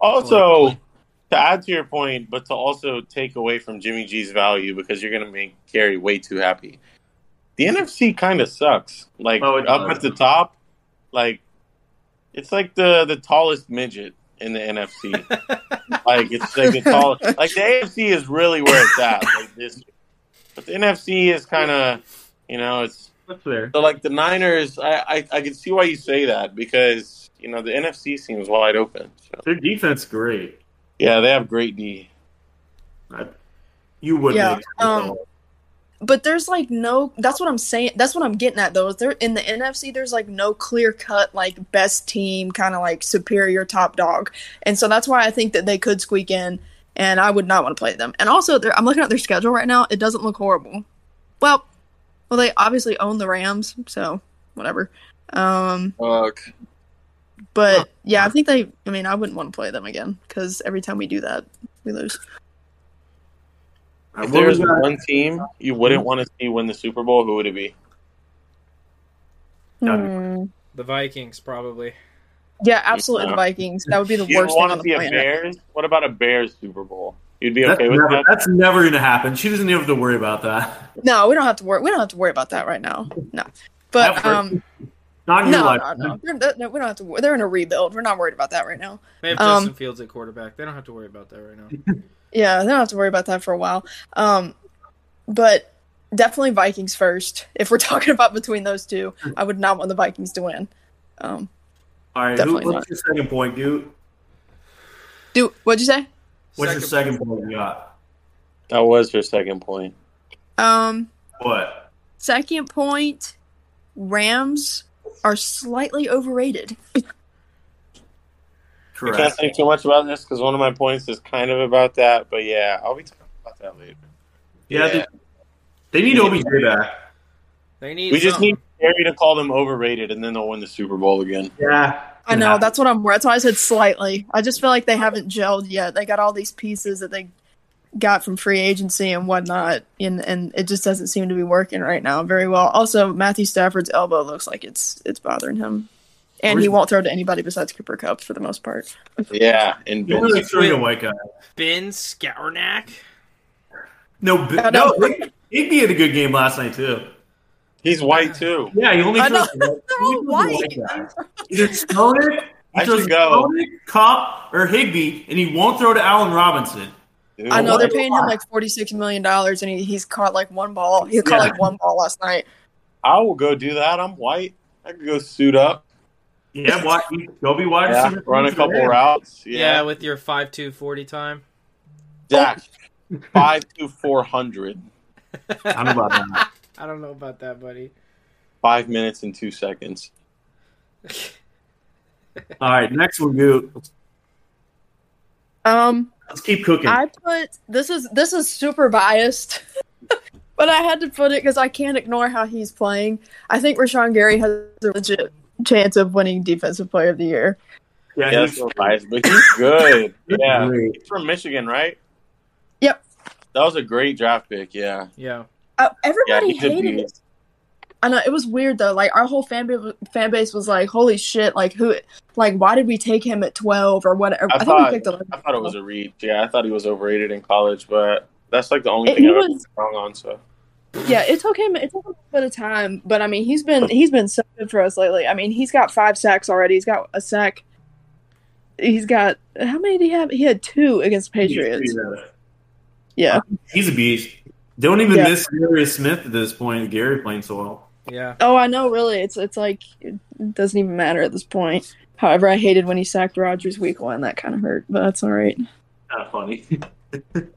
Speaker 1: Also, to add to your point, but to also take away from Jimmy G's value because you're going to make Gary way too happy. The NFC kind of sucks. Like
Speaker 3: Oh, it
Speaker 1: up
Speaker 3: does.
Speaker 1: at the top, like it's like the the tallest midget in the NFC. like it's like the tallest. Like the AFC is really where it's at. Like this, but the NFC is kind of you know it's
Speaker 3: That's fair.
Speaker 1: So like the Niners, I, I I can see why you say that because you know the NFC seems wide open. So.
Speaker 3: Their defense great.
Speaker 1: Yeah, they have great D.
Speaker 3: I, you would.
Speaker 4: Yeah,
Speaker 3: make it with
Speaker 4: um,
Speaker 3: all-
Speaker 4: But there's like no. That's what I'm saying. That's what I'm getting at though. Is there in the NFC? There's like no clear cut like best team, kind of like superior top dog, and so that's why I think that they could squeak in. And I would not want to play them. And also, they're- I'm looking at their schedule right now. It doesn't look horrible. Well, well, they obviously own the Rams, so whatever. Um,
Speaker 1: Fuck.
Speaker 4: but
Speaker 3: Huh.
Speaker 4: yeah, I think they. I mean, I wouldn't want to play them again because every time we do that, we lose.
Speaker 3: What
Speaker 1: If there
Speaker 3: we
Speaker 1: was
Speaker 3: got?
Speaker 1: one team you wouldn't want to see win the Super Bowl, who would it be?
Speaker 3: That'd be-
Speaker 2: The Vikings probably.
Speaker 4: Yeah, absolutely. The
Speaker 1: Yeah.
Speaker 4: Vikings. That would be the
Speaker 1: You
Speaker 4: worst
Speaker 1: don't
Speaker 4: thing
Speaker 1: want
Speaker 4: on
Speaker 1: to
Speaker 4: the
Speaker 1: see a
Speaker 4: planet.
Speaker 1: Bears? What about a Bears Super Bowl? You'd be
Speaker 3: that's,
Speaker 1: okay with
Speaker 3: never,
Speaker 1: that?
Speaker 3: that's never going to happen. She doesn't even have to worry about that.
Speaker 4: No, we don't have to worry. We don't have to worry about that right now. No, but
Speaker 3: Ever.
Speaker 4: um,
Speaker 3: Not
Speaker 4: no,
Speaker 3: in your
Speaker 4: no,
Speaker 3: life.
Speaker 4: no, They're- they're- no, We don't have to. Wor- they're in a rebuild. We're not worried about that right now.
Speaker 2: They have
Speaker 4: Um,
Speaker 2: Justin Fields at quarterback. They don't have to worry about that right now.
Speaker 4: Yeah, they don't have to worry about that for a while. Um, but definitely Vikings first. If we're talking about between those two, I would not want the Vikings to win. Um,
Speaker 3: All right. Who,
Speaker 4: Definitely
Speaker 3: what's your second point, dude?
Speaker 4: do what'd you say?
Speaker 3: What's your second point you got?
Speaker 1: That was her second point.
Speaker 4: Um,
Speaker 3: What?
Speaker 4: second point. Rams are slightly overrated.
Speaker 1: I can't
Speaker 3: Correct.
Speaker 1: say too much about this because one of my points is kind of about that. But yeah, I'll be talking about that later.
Speaker 3: Yeah, They, they need OBJ back.
Speaker 2: They need.
Speaker 1: we just
Speaker 2: something.
Speaker 1: need Jerry to call them overrated, and then they'll win the Super Bowl again.
Speaker 3: Yeah.
Speaker 4: I know that's what I'm. That's why I said slightly. I just feel like they haven't gelled yet. They got all these pieces that they got from free agency and whatnot, and and it just doesn't seem to be working right now very well. Also, Matthew Stafford's elbow looks like it's it's bothering him, and he won't throw to anybody besides Cooper Cup for the most part.
Speaker 1: Yeah, and
Speaker 3: You're really throwing a white guy.
Speaker 2: Ben Scournack.
Speaker 3: No, B-
Speaker 4: I
Speaker 3: no.
Speaker 4: know.
Speaker 3: Hig- Higby had a good game last night too.
Speaker 1: he's white too.
Speaker 3: Yeah, he only
Speaker 4: I
Speaker 3: throws.
Speaker 4: know.
Speaker 3: he throws
Speaker 4: They're all
Speaker 3: a
Speaker 4: white.
Speaker 3: guy. Either Stoner,
Speaker 1: I
Speaker 3: he
Speaker 1: should
Speaker 3: throws
Speaker 1: go.
Speaker 3: Stoner, Cup, or Higby, and he won't throw to Allen Robinson.
Speaker 1: Dude,
Speaker 4: I know
Speaker 1: why-
Speaker 4: they're paying him like forty six million dollars, and he, he's caught like one ball. He caught
Speaker 3: Yeah.
Speaker 4: like one ball last night.
Speaker 1: I will go do that. I'm white. I could go suit up.
Speaker 3: Yeah, why, go be wide
Speaker 1: Yeah,
Speaker 3: receiver.
Speaker 1: run a couple
Speaker 3: Yeah.
Speaker 1: routes.
Speaker 2: Yeah.
Speaker 1: Yeah,
Speaker 2: with your five two forty time.
Speaker 1: Dak, five to four hundred.
Speaker 3: I don't know about that.
Speaker 2: I don't know about that, buddy.
Speaker 1: Five minutes and two seconds.
Speaker 3: All right, next one, dude.
Speaker 4: Um,
Speaker 3: Let's keep cooking.
Speaker 4: I put this is this is super biased, but I had to put it because I can't ignore how he's playing. I think Rashawn Gary has a legit chance of winning Defensive Player of the Year.
Speaker 3: yeah,
Speaker 1: Yeah, that's
Speaker 3: he's-
Speaker 1: so biased, but he's good.
Speaker 3: he's
Speaker 1: Yeah,
Speaker 3: great.
Speaker 1: he's from Michigan, right?
Speaker 4: Yep.
Speaker 1: That was a great draft pick. Yeah,
Speaker 2: Yeah.
Speaker 4: Uh,
Speaker 1: yeah,
Speaker 4: everybody
Speaker 1: he could
Speaker 4: hated
Speaker 1: be.
Speaker 4: it. I know it was weird though. Like our whole fan base, fan base was like, "Holy shit! Like who? Like why did we take him at twelve or whatever?"
Speaker 1: I
Speaker 4: I, think
Speaker 1: thought-
Speaker 4: we picked eleven.
Speaker 1: I thought it was a reach. Yeah, I thought he was overrated in college, but that's like the only
Speaker 4: It-
Speaker 1: thing
Speaker 4: he
Speaker 1: I've ever
Speaker 4: was-
Speaker 1: been wrong on. So
Speaker 4: Yeah, it took him it took him a bit of time, but I mean he's been he's been so good for us lately. I mean he's got five sacks already. He's got a sack. He's got how many did he have? He had two against the Patriots. Yeah.
Speaker 3: He's a beast. Don't even
Speaker 4: Yeah.
Speaker 3: miss Darius Smith at this point. Gary playing so well.
Speaker 2: Yeah.
Speaker 4: Oh, I know. Really, it's it's like it doesn't even matter at this point. However, I hated when he sacked Rogers week one. That kind of hurt, but that's all right.
Speaker 3: Kind of funny.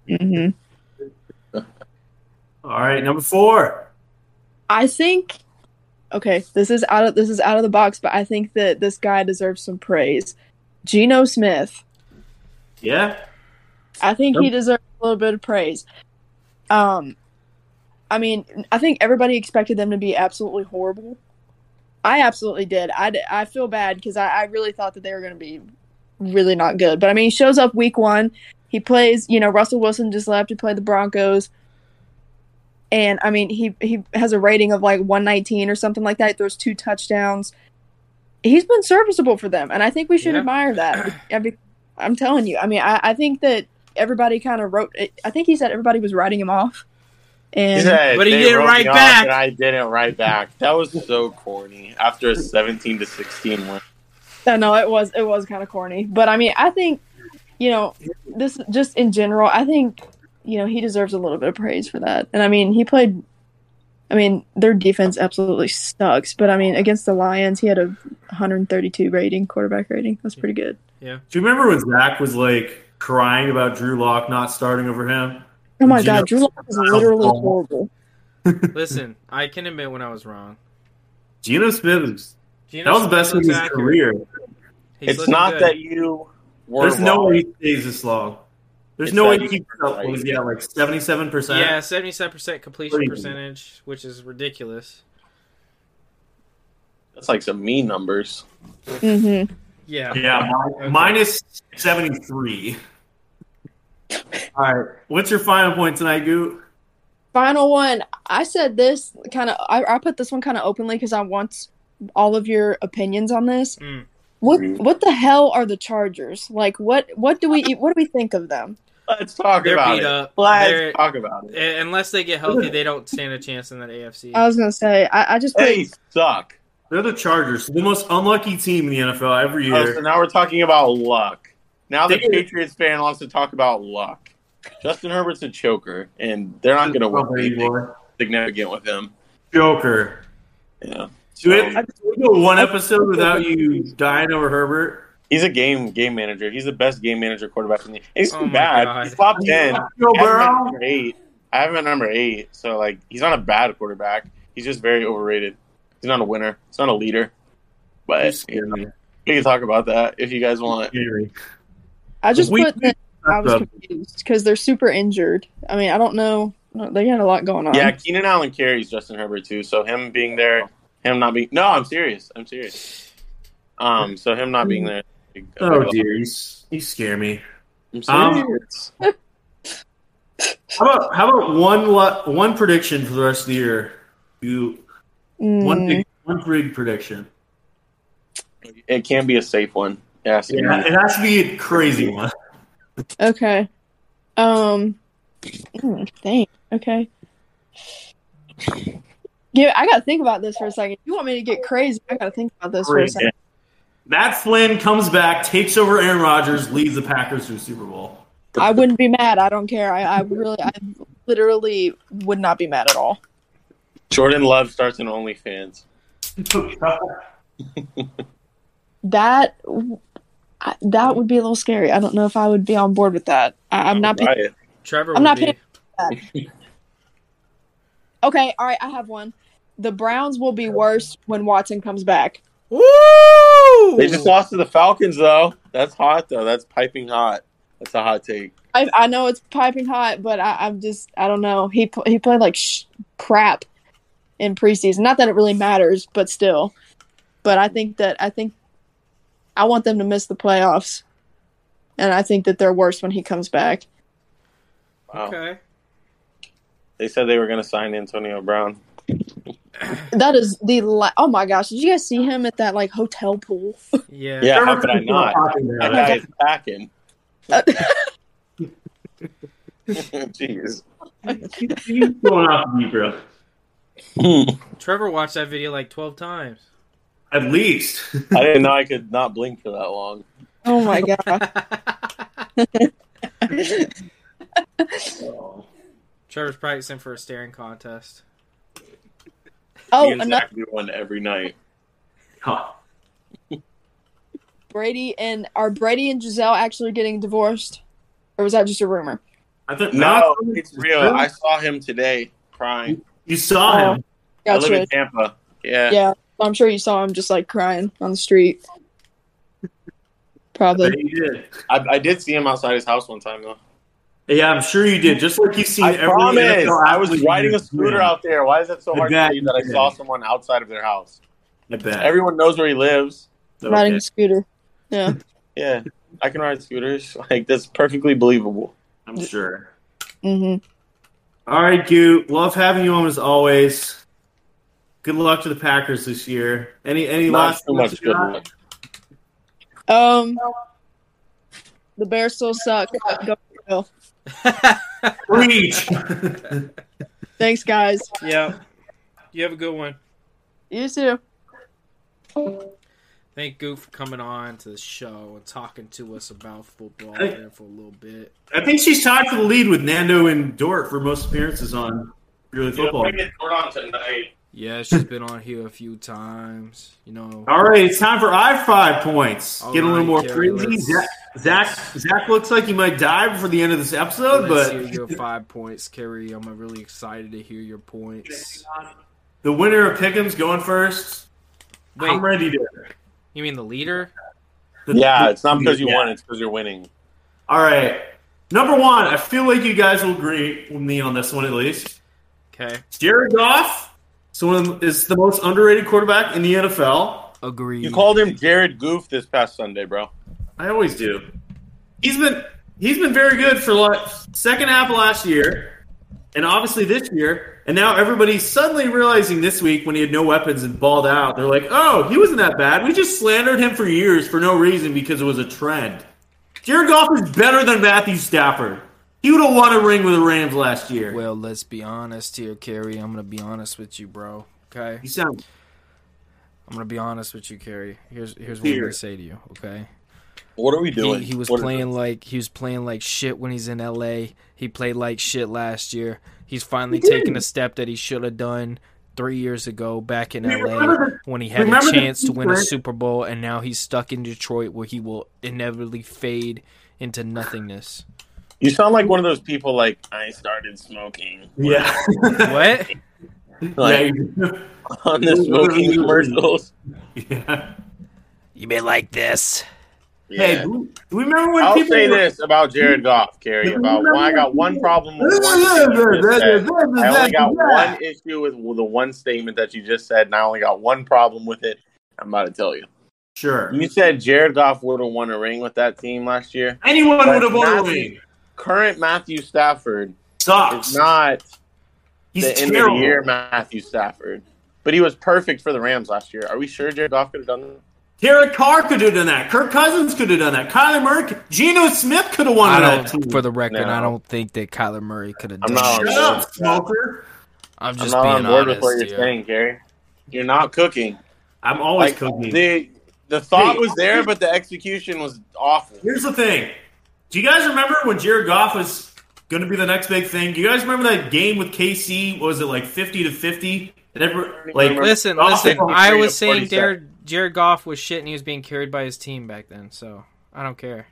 Speaker 4: Mm-hmm.
Speaker 3: All right, number four.
Speaker 4: I think. Okay, this is out of this is out of the box, but I think that this guy deserves some praise. Geno Smith.
Speaker 3: Yeah,
Speaker 4: I think he
Speaker 3: Yep.
Speaker 4: deserves a little bit of praise. Um, I mean, I think everybody expected them to be absolutely horrible. I absolutely did. I, d- I feel bad because I, I really thought that they were going to be really not good. But I mean, he shows up week one. He plays, you know, Russell Wilson just left. He played the Broncos. And I mean, he, he has a rating of like 119 or something like that. He throws two touchdowns. He's been serviceable for them. And I think we should
Speaker 2: Yeah.
Speaker 4: admire that. I mean, I'm telling you. I mean, I, I think that everybody kind of wrote. I think he said everybody was writing him off. And
Speaker 1: said,
Speaker 2: But he
Speaker 1: "They
Speaker 2: did it
Speaker 1: wrote
Speaker 2: right
Speaker 1: me off
Speaker 2: back."
Speaker 1: and I did it right back. That was so corny. After a seventeen to sixteen win,
Speaker 4: I know it was it was kind of corny, but I mean, I think you know this just in general. I think you know he deserves a little bit of praise for that, and I mean he played I mean, their defense absolutely sucks, but I mean, against the Lions, he had a 132 rating, quarterback rating. That's pretty good.
Speaker 3: Do you remember when Zach was like crying about Drew Lock not starting over him?
Speaker 4: Oh my
Speaker 3: Yeah.
Speaker 4: God, Drew Lock is literally horrible.
Speaker 2: Listen, I can admit when I was wrong.
Speaker 3: Geno Smith was
Speaker 2: Geno
Speaker 3: that was the
Speaker 2: Smith
Speaker 3: best of
Speaker 2: looks
Speaker 3: his
Speaker 2: accurate.
Speaker 3: career.
Speaker 2: He's
Speaker 1: it's
Speaker 2: looking
Speaker 1: not
Speaker 2: good.
Speaker 1: that you were
Speaker 3: There's no
Speaker 1: wrong.
Speaker 3: way he stays this long. There's
Speaker 1: It's
Speaker 3: no way
Speaker 1: that
Speaker 3: he keeps
Speaker 1: you're
Speaker 3: up. What
Speaker 1: right.
Speaker 3: was he at, like 77%?
Speaker 2: Yeah, seventy-seven percent completion
Speaker 3: Crazy.
Speaker 2: percentage, which is ridiculous.
Speaker 1: That's like some mean numbers.
Speaker 4: Mm-hmm.
Speaker 2: Yeah,
Speaker 3: Yeah, mi-
Speaker 2: Okay.
Speaker 3: minus 73. All right. What's your final point tonight, Goo?
Speaker 4: Final one. I said this kind of, I, I put this one kind of openly because I want all of your opinions on this.
Speaker 2: Mm.
Speaker 4: What
Speaker 3: Mm-hmm.
Speaker 1: Mhm.
Speaker 4: what the hell are the Chargers? Like, what what do we what do we think of them?
Speaker 1: Let's talk
Speaker 2: They're
Speaker 1: about
Speaker 2: beat
Speaker 1: it.
Speaker 2: up.
Speaker 1: Let's
Speaker 2: They're-
Speaker 1: talk about it.
Speaker 2: A- Eh, unless they get healthy, they don't stand a chance in that AFC.
Speaker 4: I was gonna say, I, I just put
Speaker 1: They suck.
Speaker 3: They're the Chargers, the most unlucky team in the NFL every
Speaker 1: Oh, so
Speaker 3: year.
Speaker 1: now we're talking about luck. Now the
Speaker 3: They-
Speaker 1: Patriots fan wants to talk about luck. Justin Herbert's a choker, and they're not going to win
Speaker 3: Oh,
Speaker 1: anything
Speaker 3: boy.
Speaker 1: significant with him.
Speaker 3: Joker.
Speaker 1: Yeah,
Speaker 3: Do
Speaker 1: So-
Speaker 3: it. Can we do one episode without you dying over Herbert.
Speaker 1: he's a game game manager. He's the best game manager quarterback in the. He's
Speaker 2: Oh
Speaker 1: too
Speaker 2: my
Speaker 1: bad.
Speaker 2: God.
Speaker 1: He's top ten.
Speaker 3: Joe
Speaker 1: I have him at
Speaker 3: Burrow.
Speaker 1: number eight. I have him at number eight. So like, he's not a bad quarterback. He's just very overrated. He's not a winner. He's not a leader.
Speaker 3: You
Speaker 1: But you
Speaker 3: scare
Speaker 1: know,
Speaker 3: me.
Speaker 1: we can talk about that if you guys want.
Speaker 3: Scary.
Speaker 4: I just
Speaker 3: We-
Speaker 4: put that I was confused because they're super injured. I mean, I don't know. They had a lot going on.
Speaker 1: Yeah, Keenan Allen carries Justin Herbert too. So him being there, him not being. No, I'm serious. I'm serious. Um, so him not being there.
Speaker 3: Oh dear, you, s- you scare me.
Speaker 1: I'm
Speaker 3: Um,
Speaker 1: serious.
Speaker 3: How about how about one lo- one prediction for the rest of the year? You
Speaker 4: Mm,
Speaker 3: one big one big prediction.
Speaker 1: it can be a safe one. It has to be.
Speaker 3: Um, Yeah, it has to be a crazy one.
Speaker 4: okay. Um. mm, dang. Okay. Yeah, I gotta think about this for a second. You want me to get crazy? I gotta think about this for a
Speaker 3: Crazy.
Speaker 4: second.
Speaker 3: Matt Flynn comes back, takes over Aaron Rodgers, leads the Packers to a Super Bowl.
Speaker 4: I wouldn't be mad. I don't care. I, I really, I literally would not be mad at all.
Speaker 1: Jordan Love starts in OnlyFans.
Speaker 4: That I, that would be a little scary. I don't know if I would be on board with that. I, I'm not.
Speaker 1: Riot.
Speaker 2: Trevor would
Speaker 4: I'm not
Speaker 2: be.
Speaker 4: paying- Okay. All right. I have one. The Browns will be worse when Watson comes back.
Speaker 2: Woo!
Speaker 1: They just lost to the Falcons though. That's hot though. That's piping hot. That's a hot take.
Speaker 4: I, I know it's piping hot, but I, I'm just I don't know. He pl- he played like sh- crap in preseason. Not that it really matters, but still. But I think that I think I want them to miss the playoffs, and I think that they're worse when he comes back.
Speaker 1: Wow.
Speaker 2: Okay.
Speaker 1: They said they were going to sign Antonio Brown.
Speaker 4: That is the la- oh my gosh! Did you guys see him at that like hotel pool?
Speaker 2: Yeah.
Speaker 1: Yeah, how could I not? That guy is packing.
Speaker 4: Uh,
Speaker 1: Jeez.
Speaker 3: He's going off of you, bro.
Speaker 1: I
Speaker 2: Trevor watched that video like twelve times.
Speaker 3: At least.
Speaker 1: didn't know I could not blink for that long.
Speaker 4: oh my gosh!
Speaker 3: Oh,
Speaker 2: Trevor's probably sent for a staring contest.
Speaker 4: Oh,
Speaker 1: Me and
Speaker 4: another
Speaker 1: Zach do one every night.
Speaker 3: Huh.
Speaker 4: Brady and are Brady and Giselle actually getting divorced, or was that just a rumor?
Speaker 3: I thought
Speaker 1: No, it's real. I saw him today crying.
Speaker 3: you saw him.
Speaker 1: I
Speaker 4: Gotcha.
Speaker 1: live in Tampa. Yeah.
Speaker 4: Yeah, I'm sure you saw him just like crying on the street.
Speaker 3: But
Speaker 4: Probably.
Speaker 3: you did.
Speaker 1: I, I did see him outside his house one time though.
Speaker 3: Yeah, I'm sure you did. Just like you've seen
Speaker 1: I
Speaker 3: every
Speaker 1: promise.
Speaker 3: NFL
Speaker 1: I was
Speaker 3: athlete
Speaker 1: riding a
Speaker 3: you've
Speaker 1: scooter
Speaker 3: seen.
Speaker 1: out there. Why is that so
Speaker 3: I
Speaker 1: hard to
Speaker 3: bet
Speaker 1: believe that
Speaker 3: you
Speaker 1: I
Speaker 3: did.
Speaker 1: saw someone outside of their house?
Speaker 3: I bet.
Speaker 1: Everyone knows where he lives.
Speaker 3: Okay.
Speaker 4: Riding a scooter. Yeah.
Speaker 1: Yeah, I can ride scooters. Like that's perfectly believable.
Speaker 3: I'm sure.
Speaker 4: hmm
Speaker 3: All right, Gu. Love having you on as always. Good luck to the Packers this year. Any any
Speaker 1: Not
Speaker 3: last
Speaker 1: too much good luck.
Speaker 4: Um, the Bears still suck. Go Bill.
Speaker 3: Reach.
Speaker 4: Thanks, guys.
Speaker 2: yeah. You have a good one.
Speaker 4: You too.
Speaker 2: Thank Goop for coming on to the show and talking to us about football
Speaker 3: Hey.
Speaker 2: there for a little bit.
Speaker 3: I think she's tied for the lead with Nando and Dort for most appearances on Really
Speaker 5: You know,
Speaker 3: football.
Speaker 5: maybe it's on tonight.
Speaker 2: Yeah, she's been on here a few times. You know.
Speaker 3: All right, it's time for I five points.
Speaker 2: All
Speaker 3: Get a little
Speaker 2: right,
Speaker 3: more
Speaker 2: Kerry,
Speaker 3: crazy.
Speaker 2: let's-
Speaker 3: Zach, Zach Zach looks like he might die before the end of this episode,
Speaker 2: Let's hear
Speaker 3: but
Speaker 2: your five points, Kerry. I'm really excited to hear your points.
Speaker 3: the winner of Pickham's going first.
Speaker 2: Wait,
Speaker 3: I'm ready to.
Speaker 2: you mean the leader?
Speaker 1: Yeah, it's not because you
Speaker 3: Yeah.
Speaker 1: won; it's because you're winning.
Speaker 3: All right. Number one, I feel like you guys will agree with me on this one at least.
Speaker 2: Okay,
Speaker 3: Jared Goff is, one of the, is the most underrated quarterback in the NFL.
Speaker 2: agreed.
Speaker 1: You called him Jared Goof this past Sunday, bro.
Speaker 3: I always do. He's been he's been very good for like second half of last year, and obviously this year. And now everybody's suddenly realizing this week when he had no weapons and balled out, they're like, "Oh, he wasn't that bad. We just slandered him for years for no reason because it was a trend." Jared Goff is better than Matthew Stafford. He would have won a ring with the Rams last year.
Speaker 2: Well, let's be honest here, Kerry. I'm gonna be honest with you, bro. Okay,
Speaker 3: he sounds
Speaker 2: I'm gonna be honest with you, Kerry. Here's here's what I'm
Speaker 3: Here.
Speaker 2: gonna say to you. Okay,
Speaker 1: What are we doing?
Speaker 2: he, he was
Speaker 1: What are-
Speaker 2: playing like he was playing like shit when he's in L.A. He played like shit last year. He's finally
Speaker 3: He did.
Speaker 2: taking a step that he should have done three years ago back in
Speaker 3: We
Speaker 2: L.A.
Speaker 3: remember
Speaker 2: when he had a
Speaker 3: remember the
Speaker 2: chance to win a
Speaker 3: defense.
Speaker 2: Super Bowl, and now he's stuck in Detroit where he will inevitably fade into nothingness.
Speaker 1: You sound like one of those people. Like I started smoking.
Speaker 3: yeah,
Speaker 2: What?
Speaker 1: Like
Speaker 3: yeah,
Speaker 1: on the smoking commercials.
Speaker 3: yeah.
Speaker 2: You may like this.
Speaker 3: Hey,
Speaker 1: Yeah.
Speaker 3: do do we remember when
Speaker 1: I'll
Speaker 3: people
Speaker 1: say
Speaker 3: were-
Speaker 1: this about Jared Goff, Carrie. About one, I got one problem with one statement you just said. I only got one issue with the one statement that you just said, and I only got one problem with it. I'm about to tell you.
Speaker 3: Sure.
Speaker 1: You said Jared Goff would have won a ring with that team last year.
Speaker 3: Anyone would
Speaker 1: But
Speaker 3: have won a
Speaker 1: Matthew-
Speaker 3: ring.
Speaker 1: Current Matthew Stafford
Speaker 3: Sucks.
Speaker 1: is not
Speaker 3: He's
Speaker 1: the end
Speaker 3: terrible.
Speaker 1: of the year Matthew Stafford, but he was perfect for the Rams last year. Are we sure Jared Goff could have done that?
Speaker 3: Derek Carr could have done that. Kirk Cousins could have done that. Kyler Murray, could- Geno Smith could have won
Speaker 2: I
Speaker 3: that.
Speaker 2: don't,
Speaker 3: too.
Speaker 2: for the record,
Speaker 1: No.
Speaker 2: I don't think that Kyler Murray could have done
Speaker 1: I'm not
Speaker 2: that.
Speaker 3: Shut up, smoker.
Speaker 2: I'm
Speaker 1: I'm
Speaker 2: just
Speaker 1: not on
Speaker 2: being
Speaker 1: board
Speaker 2: honest.
Speaker 1: with what you're
Speaker 2: here.
Speaker 1: saying, Gary. You're not cooking.
Speaker 3: I'm always cooking.
Speaker 1: The the thought
Speaker 3: Hey.
Speaker 1: was there, but the execution was awful.
Speaker 3: Here's the thing. Do you guys remember when Jared Goff was going to be the next big thing? Do you guys remember that game with KC? What was it like fifty to fifty? And every, like
Speaker 2: Listen,
Speaker 3: Goff
Speaker 2: listen.
Speaker 3: was
Speaker 2: I
Speaker 1: 23
Speaker 2: was
Speaker 1: to
Speaker 2: saying
Speaker 1: 47.
Speaker 2: Jared, Jared Goff was shit and he was being carried by his team back then, so I don't care.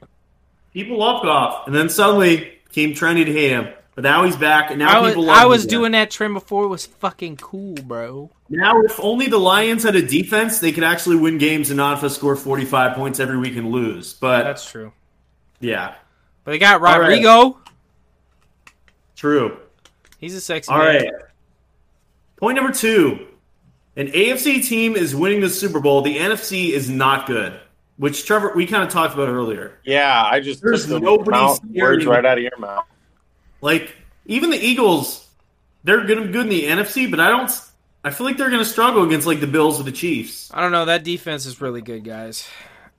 Speaker 3: people love Goff, and then suddenly came trendy to hate him. But now he's back, and now
Speaker 2: I was,
Speaker 3: people love
Speaker 2: I
Speaker 3: him
Speaker 2: was
Speaker 3: again.
Speaker 2: doing that trend before it was fucking cool, bro.
Speaker 3: Now, if only the Lions had a defense, they could actually win games and not have to score 45 points every week and lose. But
Speaker 2: That's true.
Speaker 3: yeah,
Speaker 2: But they got
Speaker 3: right.
Speaker 2: Rodrigo.
Speaker 3: true.
Speaker 2: He's a sexy
Speaker 3: All
Speaker 2: man.
Speaker 3: right. Point number two an AFC team is winning the Super Bowl. The NFC is not good, which Trevor, we kind of talked about earlier.
Speaker 1: Yeah, I just
Speaker 3: There's
Speaker 1: took the
Speaker 3: nobody
Speaker 1: mouth-
Speaker 3: scaring
Speaker 1: words
Speaker 3: you.
Speaker 1: right out of your mouth.
Speaker 3: Like, even the Eagles, they're good, good in the NFC, but I don't. I feel like they're going to struggle against like the Bills or the Chiefs.
Speaker 2: I don't know. That defense is really good, guys.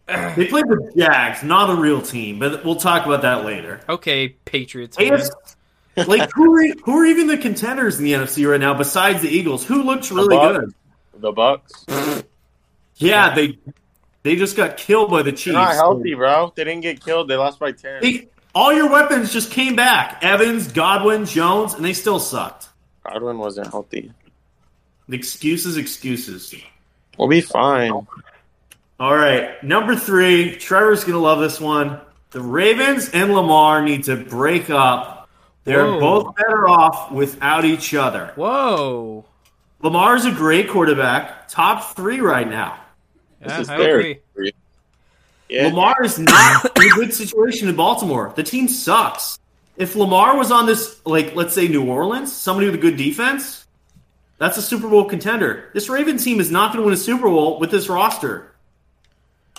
Speaker 3: They played the Jags, not a real team, but we'll talk about that later.
Speaker 2: Okay, Patriots. man.
Speaker 3: AFC, like who are who are even the contenders in the NFC right now besides the Eagles? Who looks really
Speaker 1: Bucs.
Speaker 3: good?
Speaker 1: The Bucks.
Speaker 3: Yeah, they they just got killed by the Chiefs.
Speaker 1: They're not healthy, bro. They didn't get killed. They lost by ten.
Speaker 3: They- all your weapons just came back: Evans, Godwin, Jones, and they still sucked.
Speaker 1: Godwin wasn't healthy.
Speaker 3: The excuses, excuses.
Speaker 1: We'll be fine.
Speaker 3: All right, number three. Trevor's gonna love this one. The Ravens and Lamar need to break up. They're
Speaker 2: Whoa.
Speaker 3: both better off without each other.
Speaker 2: Whoa.
Speaker 3: Lamar's a great quarterback, top three right now.
Speaker 2: Yeah,
Speaker 1: is
Speaker 2: I
Speaker 1: fair.
Speaker 2: agree.
Speaker 1: Yeah,
Speaker 3: Lamar is not in a good situation in Baltimore. The team sucks. If Lamar was on this, like, let's say New Orleans, somebody with a good defense, that's a Super Bowl contender. This Ravens team is not going to win a Super Bowl with this roster.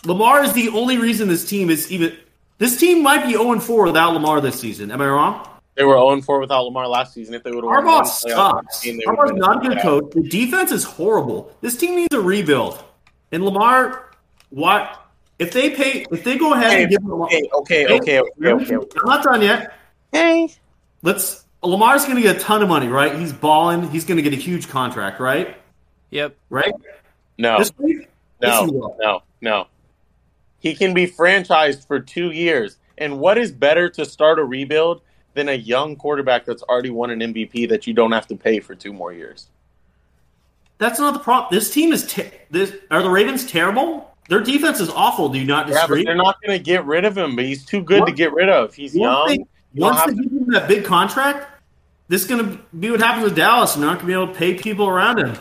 Speaker 3: Lamar is the only reason this team is even. This team might be 0 4 without Lamar this season. Am I wrong?
Speaker 1: they were 0 4 without Lamar last season. If they would have won,
Speaker 3: Harbaugh
Speaker 1: one playoff
Speaker 3: sucks.
Speaker 1: game, they
Speaker 3: Harbaugh's
Speaker 1: would've
Speaker 3: not a
Speaker 1: been
Speaker 3: good
Speaker 1: out.
Speaker 3: coach. The defense is horrible. This team needs a rebuild. And Lamar, what? If they pay, if they go ahead and give Lamar,
Speaker 1: Okay, okay, okay, okay, okay. okay.
Speaker 3: I'm not done yet. Hey. Let's. Lamar's going to get a ton of money, right? He's balling. He's going to get a huge contract, right?
Speaker 2: Yep.
Speaker 3: Right?
Speaker 1: No,
Speaker 3: This week? Yes, he
Speaker 1: no,
Speaker 3: will.
Speaker 1: no, no. He can be franchised for two years. And what is better to start a rebuild than a young quarterback that's already won an MVP that you don't have to pay for two more years.
Speaker 3: That's not the problem. This team is te- this. Are the Ravens terrible? Their defense is awful. Do you not
Speaker 1: Yeah, but
Speaker 3: disagree?
Speaker 1: they're not going to get rid of him. But he's too good to get rid of. He's
Speaker 3: once
Speaker 1: young.
Speaker 3: they, once they give him that big contract, this is going to be what happens with Dallas. They're not going to be able to pay people around him,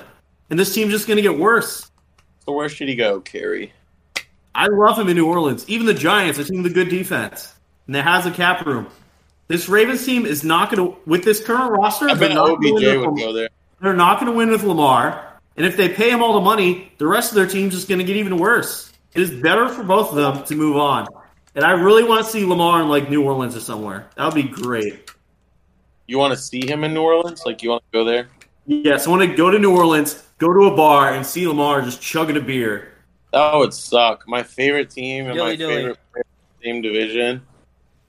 Speaker 3: and this team's just going to get worse.
Speaker 1: So where should he go, Kerry?
Speaker 3: I love him in New Orleans. Even the Giants, a team with a good defense, and that has a cap room. This Ravens team is not going to, with this current roster,
Speaker 1: I bet
Speaker 3: they're not
Speaker 1: OBJ
Speaker 3: going to win
Speaker 1: would
Speaker 3: with,
Speaker 1: go there.
Speaker 3: they're not going to win with Lamar. And if they pay him all the money, the rest of their team's just going to get even worse. It is better for both of them to move on. And I really want to see Lamar in like New Orleans or somewhere. That would be great.
Speaker 1: You want to see him in New Orleans? Like you want to go there?
Speaker 3: Yes, I want to go to New Orleans, go to a bar, and see Lamar just chugging a beer.
Speaker 1: That would suck. My favorite team and
Speaker 2: Dilly
Speaker 1: my
Speaker 2: dilly.
Speaker 1: favorite player in the same division.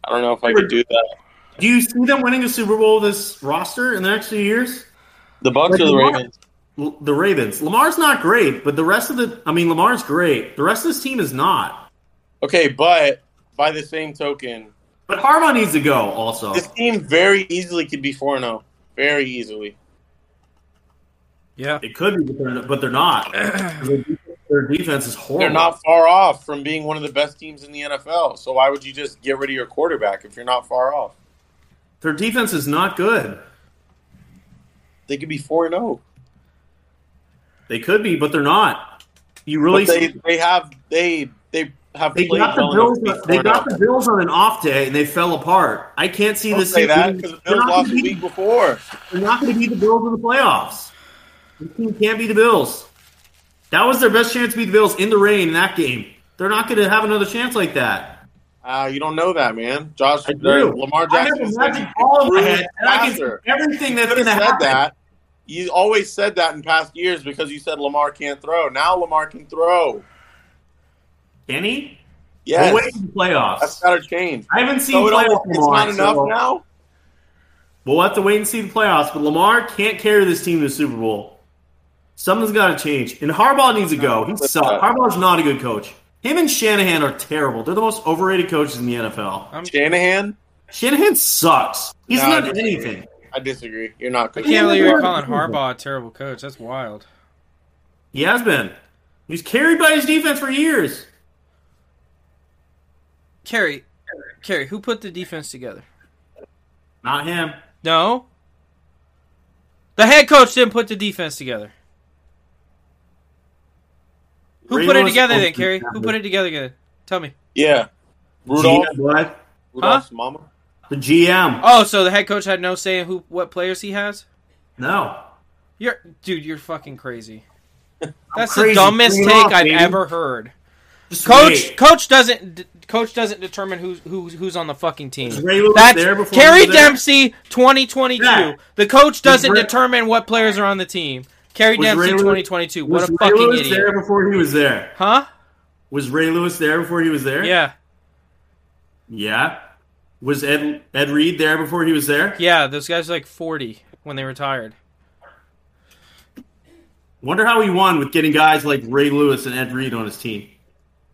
Speaker 1: I don't know if I could do that.
Speaker 3: Do you see them winning a Super Bowl with this roster in the next few years?
Speaker 1: The Bucks
Speaker 3: Like
Speaker 1: or the
Speaker 3: Lamar.
Speaker 1: Ravens?
Speaker 3: L- the Ravens. Lamar's not great, but the rest of the I mean Lamar's great. The rest of this team is not.
Speaker 1: Okay, but by the same token,
Speaker 3: But Harbaugh needs to go also.
Speaker 1: this team very easily could be four zero. Very easily.
Speaker 2: Yeah.
Speaker 3: It could be, but they're, but they're not. their, defense, their defense is horrible.
Speaker 1: Eh. They're not far off from being one of the best teams in the NFL. So why would you just get rid of your quarterback if you're not far off?
Speaker 3: Their defense is not good.
Speaker 1: They could be four oh. zero.
Speaker 3: They could be, but they're not. You really
Speaker 1: But they they have they they have
Speaker 3: They
Speaker 1: played
Speaker 3: got the
Speaker 1: well enough
Speaker 3: Bills.
Speaker 1: to be
Speaker 3: They
Speaker 1: 4-0.
Speaker 3: got the Bills on an off day, and they fell apart. I can't see
Speaker 1: Don't
Speaker 3: this.
Speaker 1: say that
Speaker 3: team-
Speaker 1: because the
Speaker 3: they're
Speaker 1: Bills
Speaker 3: not
Speaker 1: lost
Speaker 3: gonna
Speaker 1: the
Speaker 3: beat-
Speaker 1: week before.
Speaker 3: They're not going to beat the Bills in the playoffs. This team can't beat the Bills. That was their best chance to beat the Bills in the rain in that game. They're not going to have another chance like that.
Speaker 1: Uh, you don't know that, man. Josh,
Speaker 3: I
Speaker 1: or
Speaker 3: do.
Speaker 1: Lamar
Speaker 3: I have
Speaker 1: Jackson
Speaker 3: a
Speaker 1: said
Speaker 3: magic ball in my
Speaker 1: improved
Speaker 3: head, and I can see
Speaker 1: passer.
Speaker 3: everything that's
Speaker 1: could
Speaker 3: going
Speaker 1: have said
Speaker 3: to happen.
Speaker 1: that. You always said that in past years because you said Lamar can't throw. Now Lamar can throw.
Speaker 3: Can he?
Speaker 1: Yes,
Speaker 3: We're waiting for playoffs.
Speaker 1: that's got to change.
Speaker 3: I haven't seen
Speaker 1: So it
Speaker 3: playoff
Speaker 1: all, it's not
Speaker 3: Lamar,
Speaker 1: enough
Speaker 3: so
Speaker 1: now.
Speaker 3: We'll have to wait and see the playoffs. But Lamar can't carry this team to the Super Bowl. Something's got to change, and Harbaugh needs to go. He
Speaker 1: that's
Speaker 3: sucks.
Speaker 1: right.
Speaker 3: Harbaugh's not a good coach. Him and Shanahan are terrible. They're the most overrated coaches in the NFL.
Speaker 2: I'm,
Speaker 1: Shanahan,
Speaker 3: Shanahan sucks. He's
Speaker 1: No, I
Speaker 3: not
Speaker 1: don't agree.
Speaker 3: anything.
Speaker 1: I disagree. You're not
Speaker 2: I
Speaker 1: good.
Speaker 2: can't believe you're calling Harbaugh a terrible coach. That's wild.
Speaker 3: He has been. He's carried by his defense for years.
Speaker 2: Kerry, Kerry, who put the defense together?
Speaker 3: Not him.
Speaker 2: No. The head coach didn't put the defense together. Who put it
Speaker 3: Ramos-
Speaker 2: together then, Kerry? Who put it together again? Tell me.
Speaker 1: Yeah,
Speaker 3: Rudolph.
Speaker 1: Rudolph,
Speaker 3: GM, what?
Speaker 1: Rudolph's mama.
Speaker 3: The GM.
Speaker 2: Oh, so the head coach had no say in who what players he has?
Speaker 3: No.
Speaker 2: You're dude, you're fucking crazy. That's
Speaker 3: crazy.
Speaker 2: the dumbest
Speaker 3: Bring
Speaker 2: take
Speaker 3: it off,
Speaker 2: I've
Speaker 3: baby.
Speaker 2: ever heard.
Speaker 3: Just
Speaker 2: Coach,
Speaker 3: wait.
Speaker 2: coach doesn't d- coach doesn't determine who's who's who's on the fucking team.
Speaker 3: Is Ray Lewis
Speaker 2: That's
Speaker 3: there before
Speaker 2: Kerry
Speaker 3: he was there?
Speaker 2: Dempsey, twenty twenty
Speaker 3: Yeah.
Speaker 2: two. The coach doesn't
Speaker 3: Ray-
Speaker 2: determine what players are on the team. Kerry
Speaker 3: Was Ray
Speaker 2: Dempsey,
Speaker 3: Lewis-
Speaker 2: twenty twenty two. What
Speaker 3: was
Speaker 2: a
Speaker 3: Ray
Speaker 2: fucking
Speaker 3: Lewis
Speaker 2: idiot,
Speaker 3: there before he was there?
Speaker 2: huh?
Speaker 3: Was Ray Lewis there before he was there?
Speaker 2: Yeah,
Speaker 3: Yeah. Was Ed Ed Reed there before he was there?
Speaker 2: yeah. Those guys are like forty when they retired.
Speaker 3: Wonder how he won with getting guys like Ray Lewis and Ed Reed on his team.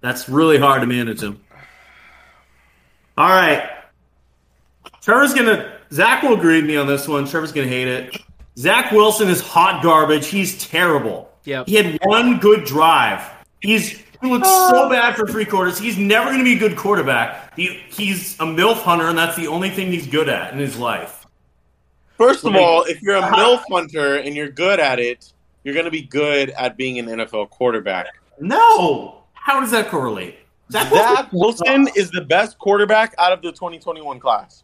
Speaker 3: That's really hard to manage him. All right. Trevor's gonna Zach will agree with me on this one. Trevor's gonna hate it. Zach Wilson is hot garbage. He's terrible.
Speaker 2: Yep.
Speaker 3: He had one good drive. He's he looks so bad for three quarters. He's never gonna be a good quarterback. He, he's a MILF hunter, and that's the only thing he's good at in his life.
Speaker 1: First of
Speaker 3: Like-
Speaker 1: all, if you're a MILF hunter and you're good at it, you're going to be good at being an NFL quarterback.
Speaker 3: No. How does that correlate? Zach Wilson-
Speaker 1: Zach Wilson is the best quarterback out of the 2021 class.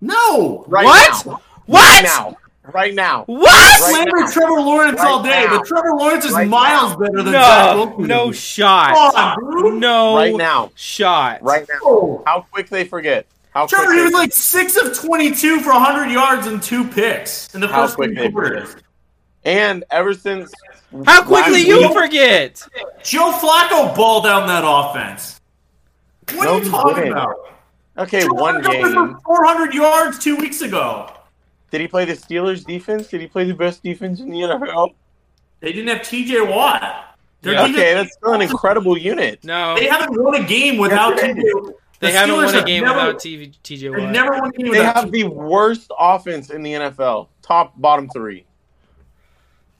Speaker 3: No.
Speaker 1: Right
Speaker 2: what?
Speaker 1: now.
Speaker 2: What?
Speaker 1: Right now. Right now.
Speaker 2: What?
Speaker 1: Right
Speaker 3: slander
Speaker 1: now.
Speaker 3: Trevor Lawrence
Speaker 1: Right
Speaker 3: all day,
Speaker 1: now.
Speaker 3: but Trevor Lawrence is
Speaker 1: Right
Speaker 3: miles
Speaker 1: now.
Speaker 3: better than Zach
Speaker 2: No,
Speaker 3: Wilson.
Speaker 2: no
Speaker 3: Come
Speaker 2: shot.
Speaker 3: on, dude.
Speaker 2: No
Speaker 1: Right now.
Speaker 2: shot.
Speaker 1: Right now.
Speaker 3: No.
Speaker 1: How quick they forget. How quick
Speaker 3: Trevor, he
Speaker 1: they
Speaker 3: was like six of twenty-two for hundred yards and two picks in the
Speaker 1: How
Speaker 3: first
Speaker 1: quick
Speaker 3: three
Speaker 1: they
Speaker 3: quarters.
Speaker 1: And ever since
Speaker 2: How quickly
Speaker 1: last
Speaker 2: you
Speaker 1: week-
Speaker 2: forget?
Speaker 3: Joe Flacco balled down that offense. What
Speaker 1: No,
Speaker 3: are you
Speaker 1: he
Speaker 3: talking
Speaker 1: didn't.
Speaker 3: about?
Speaker 1: Okay,
Speaker 3: Trevor
Speaker 1: one
Speaker 3: Lawrence went
Speaker 1: game.
Speaker 3: for four hundred yards two weeks ago.
Speaker 1: Did he play the Steelers defense? Did he play the best defense in the NFL?
Speaker 3: They didn't have T.J. Watt. Their
Speaker 2: Yeah.
Speaker 3: defense-
Speaker 1: Okay, that's still an incredible unit.
Speaker 2: No.
Speaker 3: They haven't won a game without
Speaker 1: Yes, it
Speaker 3: T.J.
Speaker 2: They
Speaker 3: The
Speaker 2: haven't
Speaker 3: Steelers
Speaker 2: won a
Speaker 3: have
Speaker 2: game
Speaker 3: never-
Speaker 2: without TV, TJ
Speaker 3: They
Speaker 2: Watt.
Speaker 3: never won a game
Speaker 1: They
Speaker 3: without
Speaker 1: have the worst offense in the NFL. Top bottom three.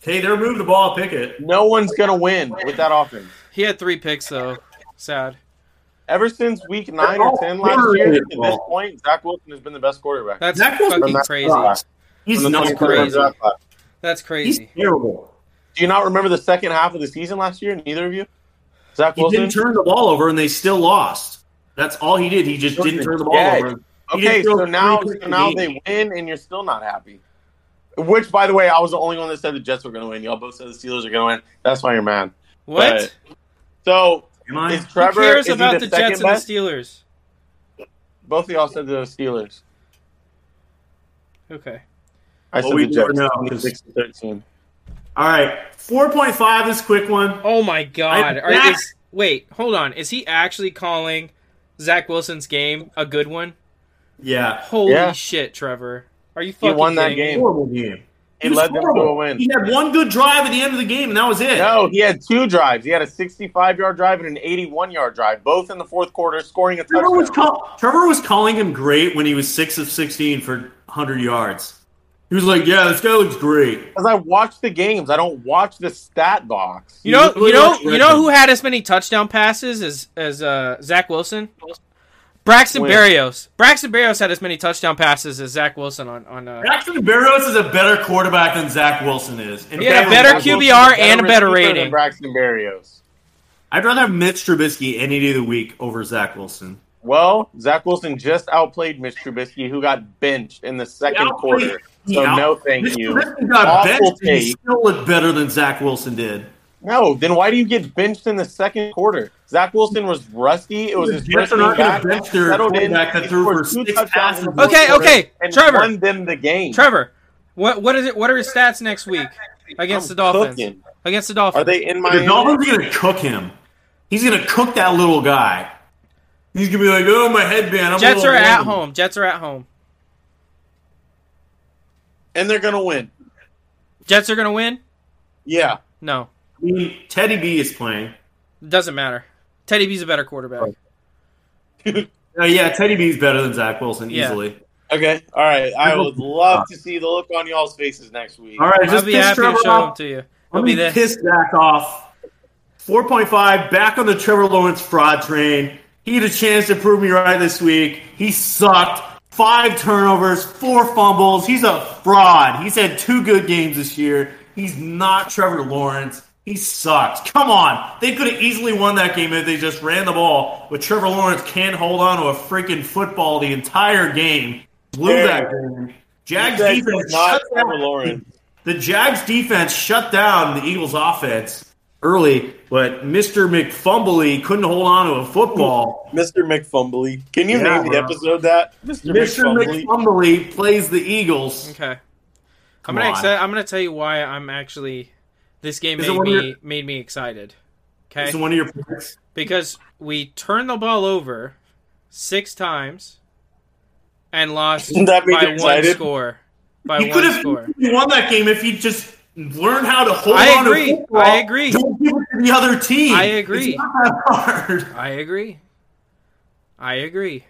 Speaker 3: Hey, they're moving the ball, pick it.
Speaker 1: No one's gonna win with that offense.
Speaker 2: He had three picks though. Sad.
Speaker 1: Ever since week nine or ten last year, at this point, Zach Wilson has been the best quarterback.
Speaker 2: That's
Speaker 3: Zach Wilson-
Speaker 2: fucking
Speaker 1: That's
Speaker 2: crazy.
Speaker 1: not-
Speaker 3: He's
Speaker 1: From the
Speaker 3: not
Speaker 1: 2021
Speaker 2: crazy.
Speaker 1: draft class.
Speaker 2: That's
Speaker 3: He's
Speaker 2: crazy.
Speaker 3: terrible.
Speaker 1: Do you not remember the second half of the season last year? Neither of you. Zach
Speaker 3: He
Speaker 1: Wilson.
Speaker 3: didn't turn the ball over, and they still lost. That's all he did. He just didn't turn the ball
Speaker 1: Yeah.
Speaker 3: over. he didn't
Speaker 1: okay,
Speaker 3: throw
Speaker 1: so now,
Speaker 3: three picks
Speaker 1: so
Speaker 3: a
Speaker 1: now
Speaker 3: game.
Speaker 1: they win, and you're still not happy. Which, by the way, I was the only one that said the Jets were going to win. Y'all both said the Steelers are going to win. That's why you're mad.
Speaker 2: What?
Speaker 1: So
Speaker 3: Am I?
Speaker 1: is Trevor?
Speaker 2: Who cares
Speaker 1: is he
Speaker 2: about
Speaker 1: the,
Speaker 2: the, Jets
Speaker 1: second best?
Speaker 2: and the Steelers?
Speaker 1: Both of y'all said the Steelers.
Speaker 2: Okay.
Speaker 1: I
Speaker 3: Well,
Speaker 1: said
Speaker 3: we
Speaker 1: the
Speaker 3: never
Speaker 1: Jets.
Speaker 3: know,
Speaker 1: 26 to 13.
Speaker 3: All right, four point five is quick one.
Speaker 2: Oh my god.
Speaker 3: I-
Speaker 2: Are,
Speaker 3: Zach-
Speaker 2: is, wait, hold on. Is he actually calling Zach Wilson's game a good one?
Speaker 3: Yeah,
Speaker 2: Holy
Speaker 1: Yeah.
Speaker 2: shit, Trevor. Are you
Speaker 1: He
Speaker 2: fucking
Speaker 1: won that
Speaker 2: kidding me?
Speaker 1: game.
Speaker 3: horrible game.
Speaker 1: He
Speaker 3: was
Speaker 1: led them to a
Speaker 3: horrible.
Speaker 1: win.
Speaker 3: He had one good drive at the end of the game, and that was it.
Speaker 1: No, he had two drives. He had a 65 yard drive and an 81 yard drive, both in the fourth quarter, scoring a
Speaker 3: Trevor was,
Speaker 1: touchdown.
Speaker 3: call- Trevor was calling him great when he was six of sixteen for hundred yards. He was like, "Yeah, this guy looks great."
Speaker 1: Because I watch the games, I don't watch the stat box.
Speaker 2: You know,
Speaker 3: Really
Speaker 2: you know,
Speaker 3: like
Speaker 2: you know who
Speaker 3: Richmond.
Speaker 2: had as many touchdown passes as as uh, Zach Wilson? Braxton
Speaker 1: Win.
Speaker 2: Berrios. Braxton Berrios had as many touchdown passes as Zach Wilson on on. Uh,
Speaker 3: Braxton Barrows is a better quarterback than Zach Wilson is. And
Speaker 2: He had a better
Speaker 1: Zach Wilson's
Speaker 2: QBR and a better
Speaker 1: receiver than
Speaker 2: rating.
Speaker 1: Braxton Berrios.
Speaker 3: I'd rather have Mitch Trubisky any day of the week over Zach Wilson.
Speaker 1: Well, Zach Wilson just outplayed Mitch Trubisky, who got benched in the second
Speaker 3: He
Speaker 1: quarter.
Speaker 3: He
Speaker 1: So
Speaker 3: out-
Speaker 1: no, thank
Speaker 3: Mitch
Speaker 1: you.
Speaker 3: Trubisky got
Speaker 1: Awful
Speaker 3: benched and he
Speaker 1: take.
Speaker 3: still looked better than Zach Wilson did.
Speaker 1: No, then why do you get benched in the second quarter? Zach Wilson was rusty. It was his
Speaker 3: Jets
Speaker 1: first
Speaker 3: are
Speaker 1: game
Speaker 3: not going
Speaker 1: back.
Speaker 3: to bench their
Speaker 1: Settled in.
Speaker 3: quarterback
Speaker 1: He
Speaker 3: that threw
Speaker 1: scored
Speaker 3: for
Speaker 1: two
Speaker 3: six
Speaker 1: touchdowns
Speaker 3: passes.
Speaker 1: in the
Speaker 3: in the
Speaker 2: Okay,
Speaker 3: fourth
Speaker 1: fourth
Speaker 2: okay.
Speaker 1: quarter and
Speaker 2: Trevor.
Speaker 1: won them the game.
Speaker 2: Trevor, what what is it? What are his stats next week against
Speaker 1: I'm
Speaker 2: the Dolphins?
Speaker 1: cooking.
Speaker 2: Against the Dolphins,
Speaker 1: Are they in
Speaker 3: quarter.
Speaker 1: my
Speaker 3: The Dolphins are going to cook him. He's going to cook that little guy. He's going to be like, oh, my headband. I'm a
Speaker 2: Jets
Speaker 3: little
Speaker 2: are at
Speaker 3: warm."
Speaker 2: home. Jets are at home.
Speaker 1: And they're gonna win.
Speaker 2: Jets are gonna win.
Speaker 1: Yeah.
Speaker 2: No,
Speaker 3: I mean, Teddy B is playing.
Speaker 2: it doesn't matter. Teddy B's a better quarterback.
Speaker 3: Uh, yeah, Teddy B is better than Zach Wilson
Speaker 2: Yeah.
Speaker 3: easily.
Speaker 1: Okay. All right. I would love to see the look on y'all's faces next week.
Speaker 3: All right,
Speaker 2: I'll
Speaker 3: just
Speaker 2: be
Speaker 3: piss
Speaker 2: happy
Speaker 3: Trevor
Speaker 2: to show him
Speaker 3: off.
Speaker 2: to you. I'll
Speaker 3: Let
Speaker 2: be
Speaker 3: me
Speaker 2: there.
Speaker 3: piss Zach off. 4.5, back on the Trevor Lawrence fraud train. He had a chance to prove me right this week. He sucked. Five turnovers, four fumbles. He's a fraud. He's had two good games this year. He's not Trevor Lawrence. He sucks. Come on. They could have easily won that game if they just ran the ball, but Trevor Lawrence can't hold on to a freaking football the entire game. Blew that game. Jags
Speaker 1: Zach is
Speaker 3: defense
Speaker 1: not
Speaker 3: shut
Speaker 1: Trevor
Speaker 3: down-
Speaker 1: Lawrence.
Speaker 3: the Jags defense shut down the Eagles offense early, but Mr. McFumbly couldn't hold on to a football.
Speaker 1: Mr. McFumbly. Can you
Speaker 3: Yeah,
Speaker 1: name the
Speaker 3: bro.
Speaker 1: episode that? Mr.
Speaker 3: Mr. McFumbly plays the Eagles.
Speaker 2: Okay.
Speaker 3: Come
Speaker 2: I'm gonna
Speaker 3: on.
Speaker 2: exci- I'm gonna tell you why I'm actually this game
Speaker 3: Is
Speaker 2: made
Speaker 3: it one of
Speaker 2: me
Speaker 3: your-
Speaker 2: made me excited.
Speaker 3: This is
Speaker 2: Okay,
Speaker 3: one of your picks.
Speaker 2: because we turned the ball over six times and lost
Speaker 1: Doesn't that make you
Speaker 2: by one
Speaker 1: excited?
Speaker 2: score. By
Speaker 3: You could
Speaker 2: one
Speaker 3: have
Speaker 2: score.
Speaker 3: won that game if you just learned how to hold
Speaker 2: I
Speaker 3: on
Speaker 2: agree.
Speaker 3: to a football.
Speaker 2: I agree.
Speaker 3: Don't give it to the other team.
Speaker 2: I agree.
Speaker 3: It's not that hard.
Speaker 2: I agree. I agree.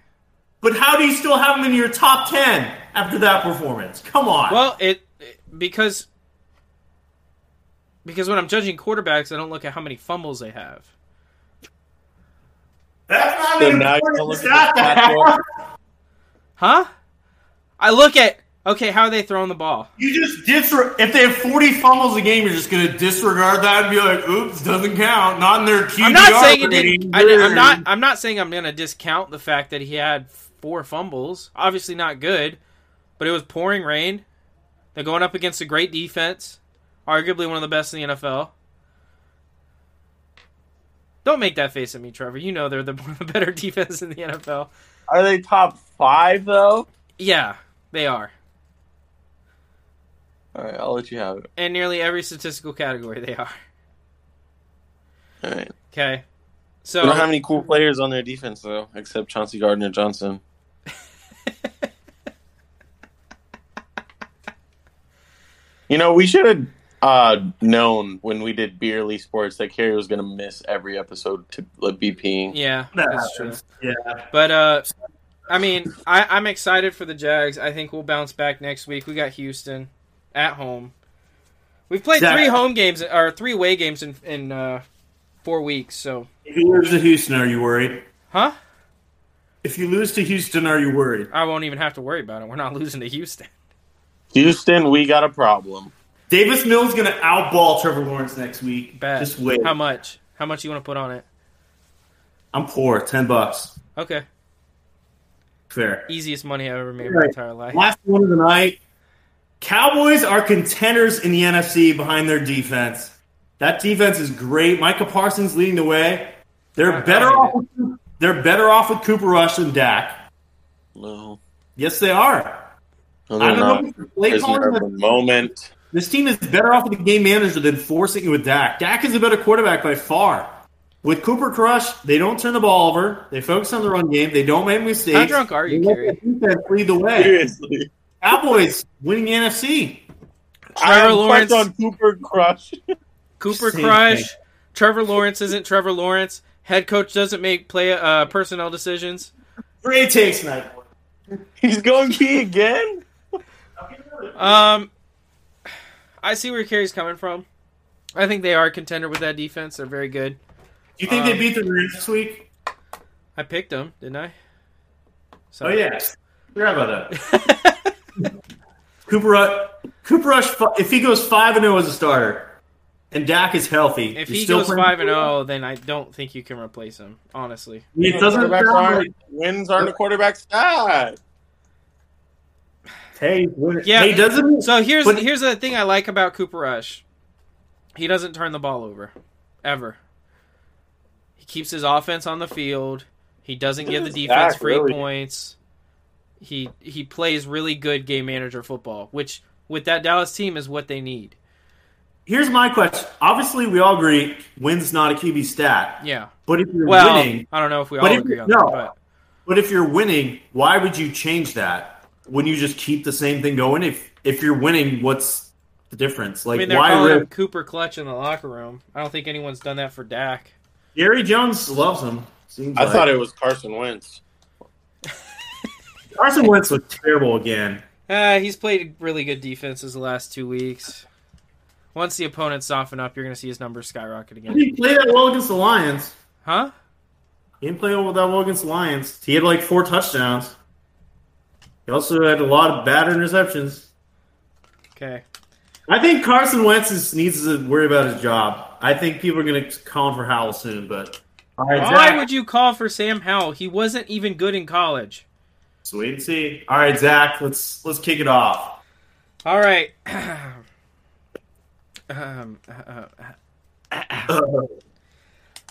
Speaker 3: But how do you still have them in your top 10 after that performance? Come on.
Speaker 2: Well, it, it- because because when I'm judging quarterbacks, I don't look at how many fumbles they have.
Speaker 3: That's not
Speaker 1: So
Speaker 3: an
Speaker 1: now you're
Speaker 3: important
Speaker 1: looking
Speaker 3: stat
Speaker 1: at
Speaker 3: to
Speaker 1: that
Speaker 3: have.
Speaker 1: score.
Speaker 2: Huh? I look at okay, how are they throwing the ball?
Speaker 3: You just disregard. If they have 40 fumbles a game, you're just going to disregard that and be like, oops, doesn't count. Not in their QBR.
Speaker 2: I'm not saying it didn't.
Speaker 3: rating.
Speaker 2: I, am not. I'm not saying I'm going to discount the fact that he had four fumbles. Obviously not good, but it was pouring rain. They're going up against a great defense, arguably one of the best in the NFL. Don't make that face at me, Trevor. You know they're the one of the better defense in the NFL.
Speaker 1: Are they top five though?
Speaker 2: Yeah, they are
Speaker 1: All right, I'll let you have it.
Speaker 2: in nearly every statistical category. They are
Speaker 1: All right.
Speaker 2: okay.
Speaker 1: They don't have
Speaker 2: So
Speaker 1: any cool players on their defense though, except Chauncey Gardner Johnson. you know, we should have uh, known when we did Beerly Sports that Carrie was going to miss every episode to uh, like, BPing.
Speaker 2: Yeah,
Speaker 3: That
Speaker 2: that's true.
Speaker 3: happens. Yeah.
Speaker 2: But uh, I mean, I, I'm excited for the Jags. I think we'll bounce back next week. We got Houston at home. We've played
Speaker 3: Zach.
Speaker 2: three home games or three away games in in uh, four weeks. So,
Speaker 3: If you lose to Houston, are you worried?
Speaker 2: huh?
Speaker 3: If you lose to Houston, are you worried?
Speaker 2: I won't even have to worry about it. We're not losing to Houston.
Speaker 1: Houston, we got a problem.
Speaker 3: Davis Mills going to outball Trevor Lawrence next week.
Speaker 2: Bad.
Speaker 3: Just wait.
Speaker 2: How much? How much you want to put on it?
Speaker 3: I'm poor. Ten bucks.
Speaker 2: Okay,
Speaker 3: Fair.
Speaker 2: easiest money I've ever made in my
Speaker 3: Right.
Speaker 2: entire life.
Speaker 3: Last one of the night. Cowboys are contenders in the NFC behind their defense. That defense is great. Micah Parsons leading the way. They're
Speaker 2: I- I
Speaker 3: better
Speaker 2: hate
Speaker 3: off.
Speaker 2: it.
Speaker 3: With, they're better off with Cooper Rush than Dak.
Speaker 1: No,
Speaker 3: Yes, they are.
Speaker 1: no
Speaker 3: I
Speaker 1: they're
Speaker 3: don't
Speaker 1: not.
Speaker 3: know. if it's Play
Speaker 1: There's
Speaker 3: calling,
Speaker 1: never
Speaker 3: but
Speaker 1: a moment.
Speaker 3: This team is better off with a game manager than forcing it with Dak. Dak is a better quarterback by far. With Cooper Crush, they don't turn the ball over. They focus on the run game. They don't make mistakes.
Speaker 2: How drunk are you,
Speaker 3: They let
Speaker 2: Kerry?
Speaker 3: the defense lead the way.
Speaker 1: Seriously,
Speaker 3: Cowboys winning the NFC.
Speaker 1: I
Speaker 2: Trevor
Speaker 1: have
Speaker 2: Lawrence-
Speaker 1: Lawrence on Cooper Crush.
Speaker 2: Cooper
Speaker 3: Same
Speaker 2: Crush.
Speaker 3: thing.
Speaker 2: Trevor Lawrence isn't Trevor Lawrence. Head coach doesn't make play uh, personnel decisions.
Speaker 3: Great takes tonight.
Speaker 1: He's going key again.
Speaker 2: Um, I see where Kerry's coming from. I think they are a contender with that defense. They're very good.
Speaker 3: You think they
Speaker 2: Um,
Speaker 3: beat the Rams this week?
Speaker 2: I picked them, didn't I? So
Speaker 3: Oh yes. Forgot about that. Cooper Rush, Cooper Rush, fu- if he goes five and zero as a starter, and Dak is healthy,
Speaker 2: If
Speaker 3: you're
Speaker 2: he
Speaker 3: still
Speaker 2: goes
Speaker 3: playing-
Speaker 2: five and zero, then I don't think you can replace him. Honestly,
Speaker 3: it doesn't
Speaker 1: Quarterbacks
Speaker 3: sound like
Speaker 1: aren't- wins aren't a quarterback stat.
Speaker 3: Hey, what-
Speaker 2: Yeah.
Speaker 3: Hey, doesn't it-
Speaker 2: so here's
Speaker 3: But-
Speaker 2: here's the thing I like about Cooper Rush. He doesn't turn the ball over, ever. He keeps his offense on the field. He doesn't give the
Speaker 1: This is
Speaker 2: defense
Speaker 1: Dak,
Speaker 2: free
Speaker 1: really.
Speaker 2: points. He he plays really good game manager football, which with that Dallas team is what they need.
Speaker 3: here's my question. Obviously, we all agree wins not a QB stat,
Speaker 2: Yeah.
Speaker 3: but if you're
Speaker 2: Well,
Speaker 3: winning,
Speaker 2: I don't know if we all
Speaker 3: But if-
Speaker 2: agree on
Speaker 3: no.
Speaker 2: that, but
Speaker 3: but if you're winning, why would you change that? Wouldn't you just keep the same thing going? If if you're winning, what's the difference?
Speaker 2: I
Speaker 3: Like
Speaker 2: mean they're
Speaker 3: why?
Speaker 2: calling
Speaker 3: Risk?
Speaker 2: him Cooper Clutch in the locker room. I don't think anyone's done that for Dak.
Speaker 3: Gary Jones loves him. Seems
Speaker 1: I
Speaker 3: like.
Speaker 1: thought it was Carson Wentz.
Speaker 3: Carson Wentz looks terrible again.
Speaker 2: Uh, he's played really good defenses the last two weeks. Once the opponents soften up, you're going to see his numbers skyrocket
Speaker 3: He
Speaker 2: again.
Speaker 3: didn't play that well against the Lions.
Speaker 2: Huh?
Speaker 3: He didn't play that well against the Lions. He had like four touchdowns. He also had a lot of bad interceptions.
Speaker 2: Okay.
Speaker 3: I think Carson Wentz is, needs to worry about his job. I think people are going to call him for Howell soon, but all right,
Speaker 2: Why
Speaker 3: Zach,
Speaker 2: would you call for Sam Howell? He wasn't even good in college.
Speaker 3: let's wait and see. All right, Zach, let's let's kick it off.
Speaker 2: All right. um, uh, uh, uh.
Speaker 3: Uh,
Speaker 2: all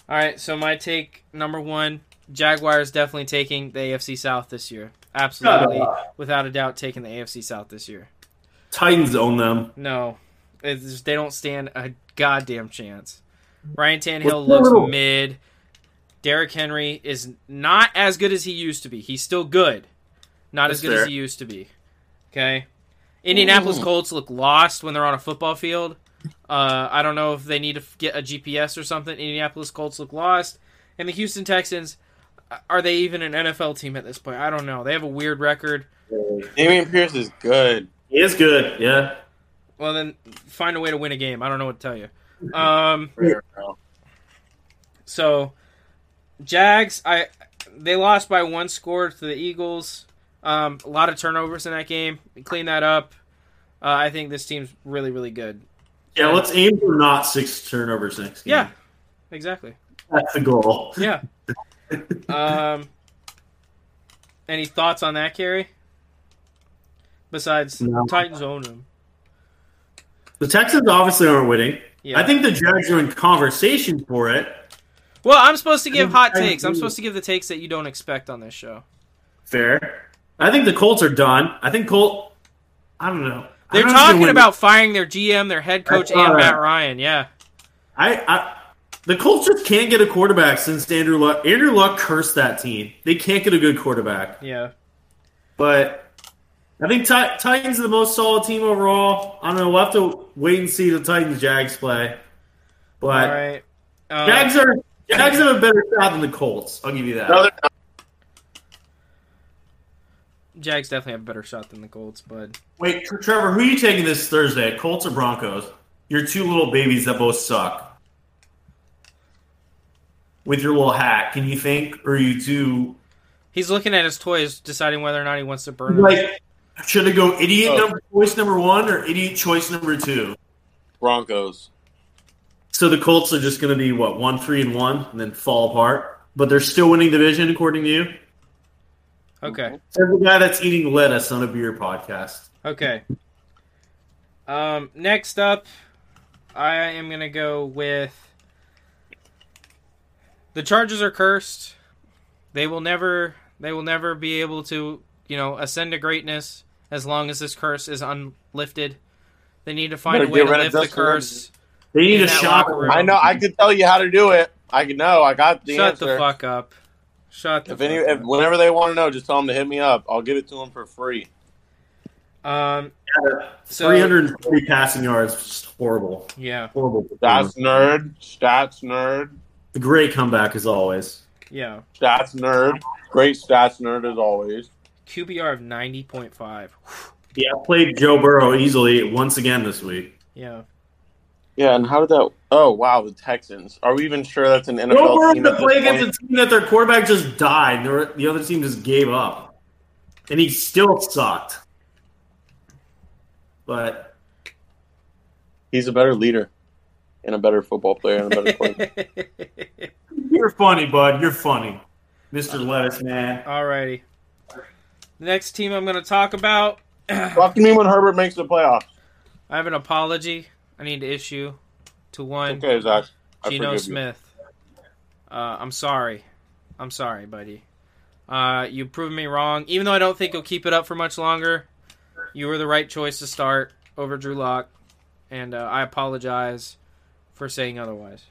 Speaker 2: right. So my take number one: Jaguars definitely taking the AFC South this year. Absolutely, without a doubt, taking the AFC South this year.
Speaker 3: Titans own them.
Speaker 2: No, it's just- they don't stand a goddamn chance. Ryan Tannehill
Speaker 3: Well,
Speaker 2: looks
Speaker 3: no.
Speaker 2: mid. Derrick Henry is not as good as he used to be. He's still good, not
Speaker 3: That's
Speaker 2: as good
Speaker 3: fair.
Speaker 2: as he used to be. Okay. Indianapolis
Speaker 3: Mm.
Speaker 2: Colts look lost when they're on a football field. Uh, I don't know if they need to f- get a GPS or something. Indianapolis Colts look lost, and the Houston Texans uh, are they even an NFL team at this point? I don't know. They have a weird record.
Speaker 1: Damian Pierce is good.
Speaker 3: He is good. Yeah.
Speaker 2: Well, then find a way to win a game. I don't know what to tell you. Um, So, Jags, I they lost by one score to the Eagles. Um, a lot of turnovers in that game. Clean that up. Uh, I think this team's really, really good.
Speaker 3: Yeah, let's aim for not six turnovers next game.
Speaker 2: Yeah, exactly.
Speaker 3: That's the goal.
Speaker 2: Yeah. um, any thoughts on that, Carrie? Besides,
Speaker 3: No.
Speaker 2: Titans own them.
Speaker 3: The Texans obviously aren't winning.
Speaker 2: Yeah.
Speaker 3: I think the Jags are in conversation for it.
Speaker 2: well, I'm supposed to give hot
Speaker 3: I
Speaker 2: takes. I'm
Speaker 3: agree.
Speaker 2: supposed to give the takes that you don't expect on this show.
Speaker 3: Fair. I think the Colts are done. I think Colt. I don't know. I
Speaker 2: They're
Speaker 3: don't know if they
Speaker 2: talking
Speaker 3: win.
Speaker 2: about firing their GM, their head coach,
Speaker 3: saw
Speaker 2: and Matt
Speaker 3: that.
Speaker 2: Ryan. Yeah.
Speaker 3: I, I the Colts just can't get a quarterback since Andrew Luck. Andrew Luck cursed that team. They can't get a good quarterback.
Speaker 2: Yeah.
Speaker 3: But I think Ti- Titans are the most solid team overall. I don't know. We'll have to wait and see the Titans Jags play. But
Speaker 2: All right. Uh,
Speaker 3: Jags are Jags have a better shot than the Colts. I'll give you that.
Speaker 2: Oh,
Speaker 1: No, they're not.
Speaker 2: Jags definitely have a better shot than the Colts, but
Speaker 3: Wait, Tr- Trevor, who are you taking this Thursday? Colts or Broncos? Your two little babies that both suck. With your little hat, can you think, or you two
Speaker 2: he's looking at his toys, deciding whether or not he wants to burn them.
Speaker 3: like? Should it go idiot
Speaker 1: Oh.
Speaker 3: number choice number one or idiot choice number two?
Speaker 1: Broncos.
Speaker 3: So the Colts are just going to be what one, three, and one, and then fall apart. But they're still winning division, according to you.
Speaker 2: Okay.
Speaker 3: Says the guy that's eating lettuce on a beer podcast.
Speaker 2: Okay. Um, next up, I am gonna go with the Chargers are cursed. They will never, they will never be able to, you know, ascend to greatness as long as this curse is unlifted. They need to find a
Speaker 1: Better
Speaker 2: way
Speaker 1: get
Speaker 2: to
Speaker 1: rid of
Speaker 2: lift the
Speaker 1: Dustin
Speaker 2: curse.
Speaker 3: They need
Speaker 2: In
Speaker 3: a
Speaker 2: that
Speaker 3: shot.
Speaker 2: locker room.
Speaker 1: I know. I could tell you how to do it. I could know. I got the
Speaker 2: Shut
Speaker 1: answer.
Speaker 2: the fuck up. Shut the
Speaker 1: If any,
Speaker 2: fuck
Speaker 1: if, whenever they want to know, just tell them to hit me up. I'll give it to them for free.
Speaker 2: up. Um, so,
Speaker 3: Three hundred and forty passing yards, just horrible,
Speaker 2: Yeah,
Speaker 3: horrible.
Speaker 1: Stats nerd. Stats nerd.
Speaker 3: The great comeback as always.
Speaker 2: yeah.
Speaker 1: Stats nerd. Great stats nerd as always.
Speaker 2: QBR of 90.5.
Speaker 3: Yeah, I played Joe Burrow easily once again this week.
Speaker 2: Yeah.
Speaker 1: Yeah, and how did that? Oh wow, the Texans. Are we even sure that's an NFL
Speaker 3: Joe Burrow
Speaker 1: team?
Speaker 3: had to
Speaker 1: at
Speaker 3: play
Speaker 1: this point?
Speaker 3: against a team that their quarterback just died. and their- The other team just gave up, and he still sucked. But
Speaker 1: He's a better leader, and a better football player, and a better player.
Speaker 3: you're funny, bud. You're funny, Mister Lettuce Man.
Speaker 2: Alrighty. Next team I'm going to talk about. I
Speaker 1: Talk to me when Herbert makes the playoffs.
Speaker 2: have an apology I need to issue to one
Speaker 1: Okay, Zach. I
Speaker 2: Geno
Speaker 1: forgive you.
Speaker 2: Smith. Uh, I'm sorry. I'm sorry, buddy. Uh, you proved me wrong. Even though I don't think you'll keep it up for much longer, you were the right choice to start over Drew Lock, and uh, I apologize for saying otherwise.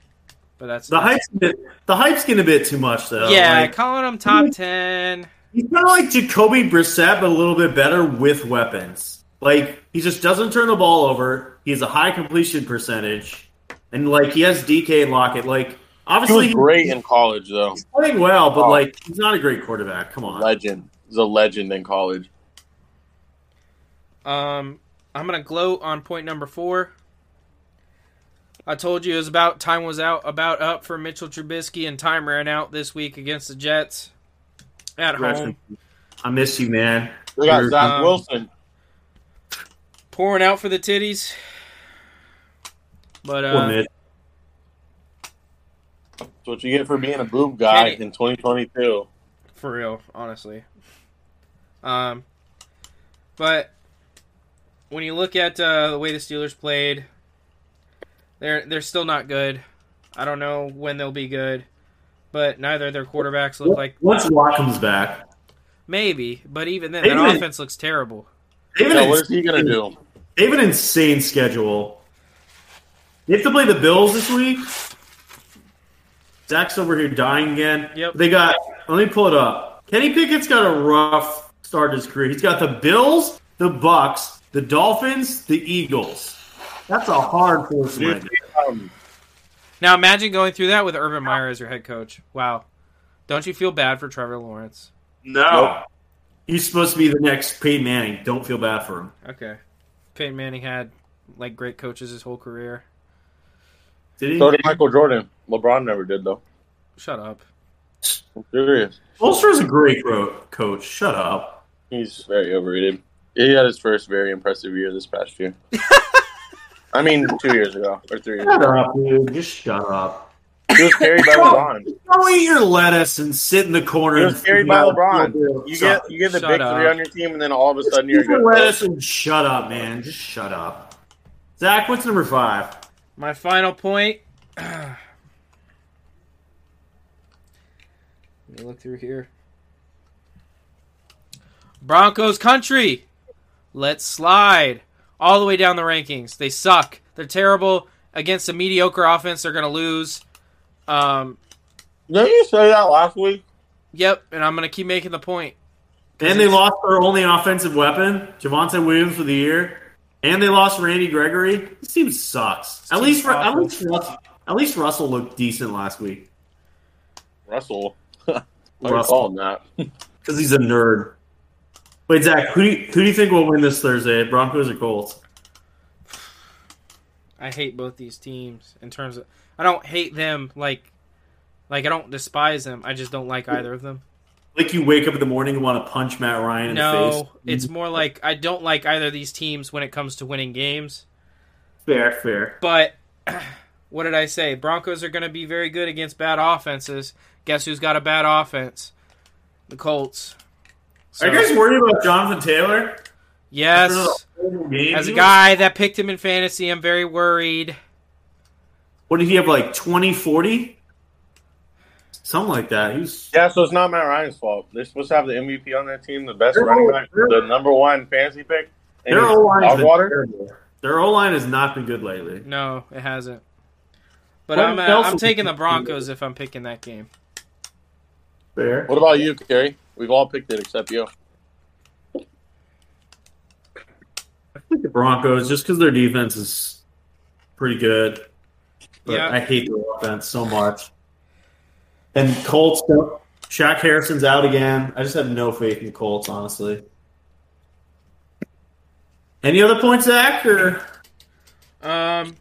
Speaker 2: But that's
Speaker 3: The hype's a bit, the hype's getting a bit too much though.
Speaker 2: yeah,
Speaker 3: Like,
Speaker 2: calling him top ten.
Speaker 3: he's kind of like Jacoby Brissett, but a little bit better with weapons. Like he just doesn't turn the ball over. He has a high completion percentage, and like he has DK and Lockett. Like
Speaker 1: He
Speaker 3: obviously
Speaker 1: was great in college, though.
Speaker 3: He's playing well, but
Speaker 1: Oh.
Speaker 3: like he's not a great quarterback. Come on,
Speaker 1: Legend. He's a legend in college.
Speaker 2: Um, I'm gonna gloat on point number four. I told you it was about time was out, about up for Mitchell Trubisky, and time ran out this week against the Jets at home,
Speaker 3: I miss you, man.
Speaker 1: We got
Speaker 3: You're-
Speaker 1: Zach
Speaker 2: Um,
Speaker 1: Wilson.
Speaker 2: pouring out for the titties. But
Speaker 3: Poor
Speaker 2: uh,
Speaker 3: Mitch.
Speaker 1: That's what you get for being a boob guy
Speaker 2: Kenny-
Speaker 1: in 2022.
Speaker 2: for real, honestly. Um, but when you look at uh, the way the Steelers played, they're they're still not good. I don't know when they'll be good, but neither of their quarterbacks look like
Speaker 3: once Watt comes back,
Speaker 2: Maybe, but even then,
Speaker 3: Maybe.
Speaker 2: that offense looks terrible.
Speaker 3: they have,
Speaker 1: Yeah,
Speaker 3: an
Speaker 1: what is he gonna do?
Speaker 3: they have an insane schedule. They have to play the Bills this week. Zach's over here dying again.
Speaker 2: Yep.
Speaker 3: They got. Let me pull it up. Kenny Pickett's got a rough start to his career. He's got the Bills, the Bucks, the Dolphins, the Eagles. That's a hard force.
Speaker 1: Dude, um,
Speaker 2: Now imagine going through that with Urban Meyer as your head coach. Wow. Don't you feel bad for Trevor Lawrence?
Speaker 3: No. He's supposed to be the next Peyton Manning. Don't feel bad for him.
Speaker 2: Okay. Peyton Manning had like great coaches his whole career.
Speaker 3: Did he?
Speaker 1: so did Michael Jordan. LeBron never did though.
Speaker 2: Shut up.
Speaker 1: I'm serious.
Speaker 3: Ulster's a great gro- coach. Shut up.
Speaker 1: He's very overrated. He had his first very impressive year this past year. I mean, two years ago or three years.
Speaker 3: Shut
Speaker 1: ago.
Speaker 3: up, dude. Just shut up.
Speaker 1: He was carried by LeBron.
Speaker 3: Go eat your lettuce and sit in the corner.
Speaker 1: You're
Speaker 3: and
Speaker 1: carried
Speaker 3: figure
Speaker 1: by
Speaker 3: out
Speaker 1: LeBron.
Speaker 3: what to do.
Speaker 1: You
Speaker 3: Shut
Speaker 1: get you get the
Speaker 2: Shut
Speaker 1: big
Speaker 2: up.
Speaker 1: three on your team, and then all of a
Speaker 3: up.
Speaker 1: sudden you're
Speaker 3: Eat your
Speaker 1: good.
Speaker 3: lettuce and shut up, man. Just shut up. Zach, what's number five?
Speaker 2: My final point. Let me look through here. Broncos country. Let's slide all the way down the rankings. They suck. They're terrible against a mediocre offense. They're gonna lose. Um,
Speaker 1: Didn't you say that last week?
Speaker 2: yep. And I'm gonna keep making the point
Speaker 3: And they lost their only offensive weapon, Javante Williams for the year. And they lost Randy Gregory. This team sucks. at
Speaker 2: team
Speaker 3: least Ru- at
Speaker 2: awful.
Speaker 3: least Russell, at least Russell looked decent last week
Speaker 1: Russell. Why are you
Speaker 3: Russell.
Speaker 1: calling that?
Speaker 3: because he's a nerd. Wait, Zach, who do you, who do you think will win this Thursday? Broncos or Colts?
Speaker 2: I hate both these teams in terms of I don't hate them like like I don't despise them. I just don't like either of them.
Speaker 3: Like you wake up in the morning and want to punch Matt Ryan in the face?
Speaker 2: No, it's more like I don't like either of these teams when it comes to winning games.
Speaker 3: fair, fair.
Speaker 2: But what did I say? Broncos are going to be very good against bad offenses. Guess who's got a bad offense? The Colts. So,
Speaker 3: Are you guys worried about Jonathan Taylor?
Speaker 2: yes. As a guy that picked him in fantasy, I'm very worried.
Speaker 3: What did he have, like 20, 40? Something like that. He was
Speaker 1: Yeah, so it's not Matt Ryan's fault. They're supposed to have the MVP on that team, the best
Speaker 3: They're
Speaker 1: running
Speaker 3: all-
Speaker 1: back,
Speaker 3: they're-
Speaker 1: the number one fantasy pick. and
Speaker 3: Their
Speaker 1: he's
Speaker 3: O line
Speaker 1: Dogwater?
Speaker 3: Their O line has not been good lately.
Speaker 2: No, it hasn't. But
Speaker 3: What
Speaker 2: I'm uh,
Speaker 3: else
Speaker 2: I'm
Speaker 3: would
Speaker 2: taking
Speaker 3: you
Speaker 2: the Broncos if I'm picking that game.
Speaker 3: Fair.
Speaker 1: What about you, Kerry? We've all picked it except you.
Speaker 3: I think the Broncos, just because their defense is pretty good. But
Speaker 2: Yeah.
Speaker 3: I hate their offense so much. And Colts, don't- Shaq Harrison's out again. I just have no faith in the Colts, honestly. Any other points, Zach? Or
Speaker 2: Um,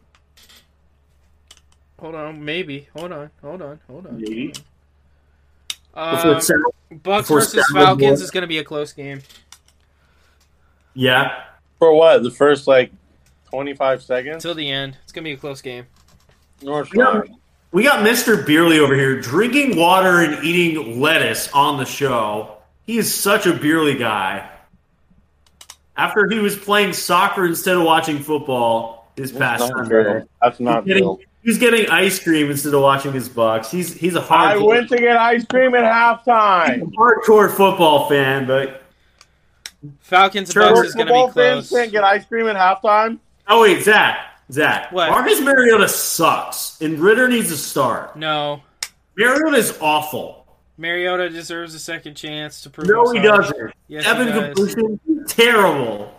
Speaker 2: hold on, maybe. Hold on, hold on, hold on.
Speaker 3: Maybe.
Speaker 2: Um,
Speaker 3: Before Sal-
Speaker 2: Bucks
Speaker 3: before
Speaker 2: versus
Speaker 3: Saturday
Speaker 2: Falcons
Speaker 3: morning.
Speaker 2: is going to be a close game.
Speaker 3: yeah,
Speaker 1: For what? The first like twenty five seconds?
Speaker 2: Till the end, it's going to be a close game.
Speaker 1: North
Speaker 3: Yeah.
Speaker 1: Carolina.
Speaker 3: we got Mister Beerly over here drinking water and eating lettuce on the show. He is such a Beerly guy. After he was playing soccer instead of watching football this
Speaker 1: That's
Speaker 3: past
Speaker 1: not
Speaker 3: Sunday,
Speaker 1: real. That's
Speaker 3: he's
Speaker 1: not
Speaker 3: getting,
Speaker 1: real.
Speaker 3: he was getting ice cream instead of watching his Bucks. He's he's a
Speaker 1: I
Speaker 3: hard
Speaker 1: went to get ice cream at halftime.
Speaker 3: hardcore football fan, but
Speaker 2: Falcons
Speaker 3: Sure.
Speaker 2: Bucks is going to
Speaker 1: Football
Speaker 2: be close.
Speaker 1: fans can't get ice cream at halftime.
Speaker 3: oh wait, Zach, Zach,
Speaker 2: What?
Speaker 3: Marcus Mariota sucks, and Ritter needs a start.
Speaker 2: No,
Speaker 3: Mariota is awful.
Speaker 2: Mariota deserves a second chance to prove.
Speaker 3: No, he
Speaker 2: himself.
Speaker 3: doesn't.
Speaker 2: Yes, he
Speaker 3: Evan
Speaker 2: does.
Speaker 3: completion terrible.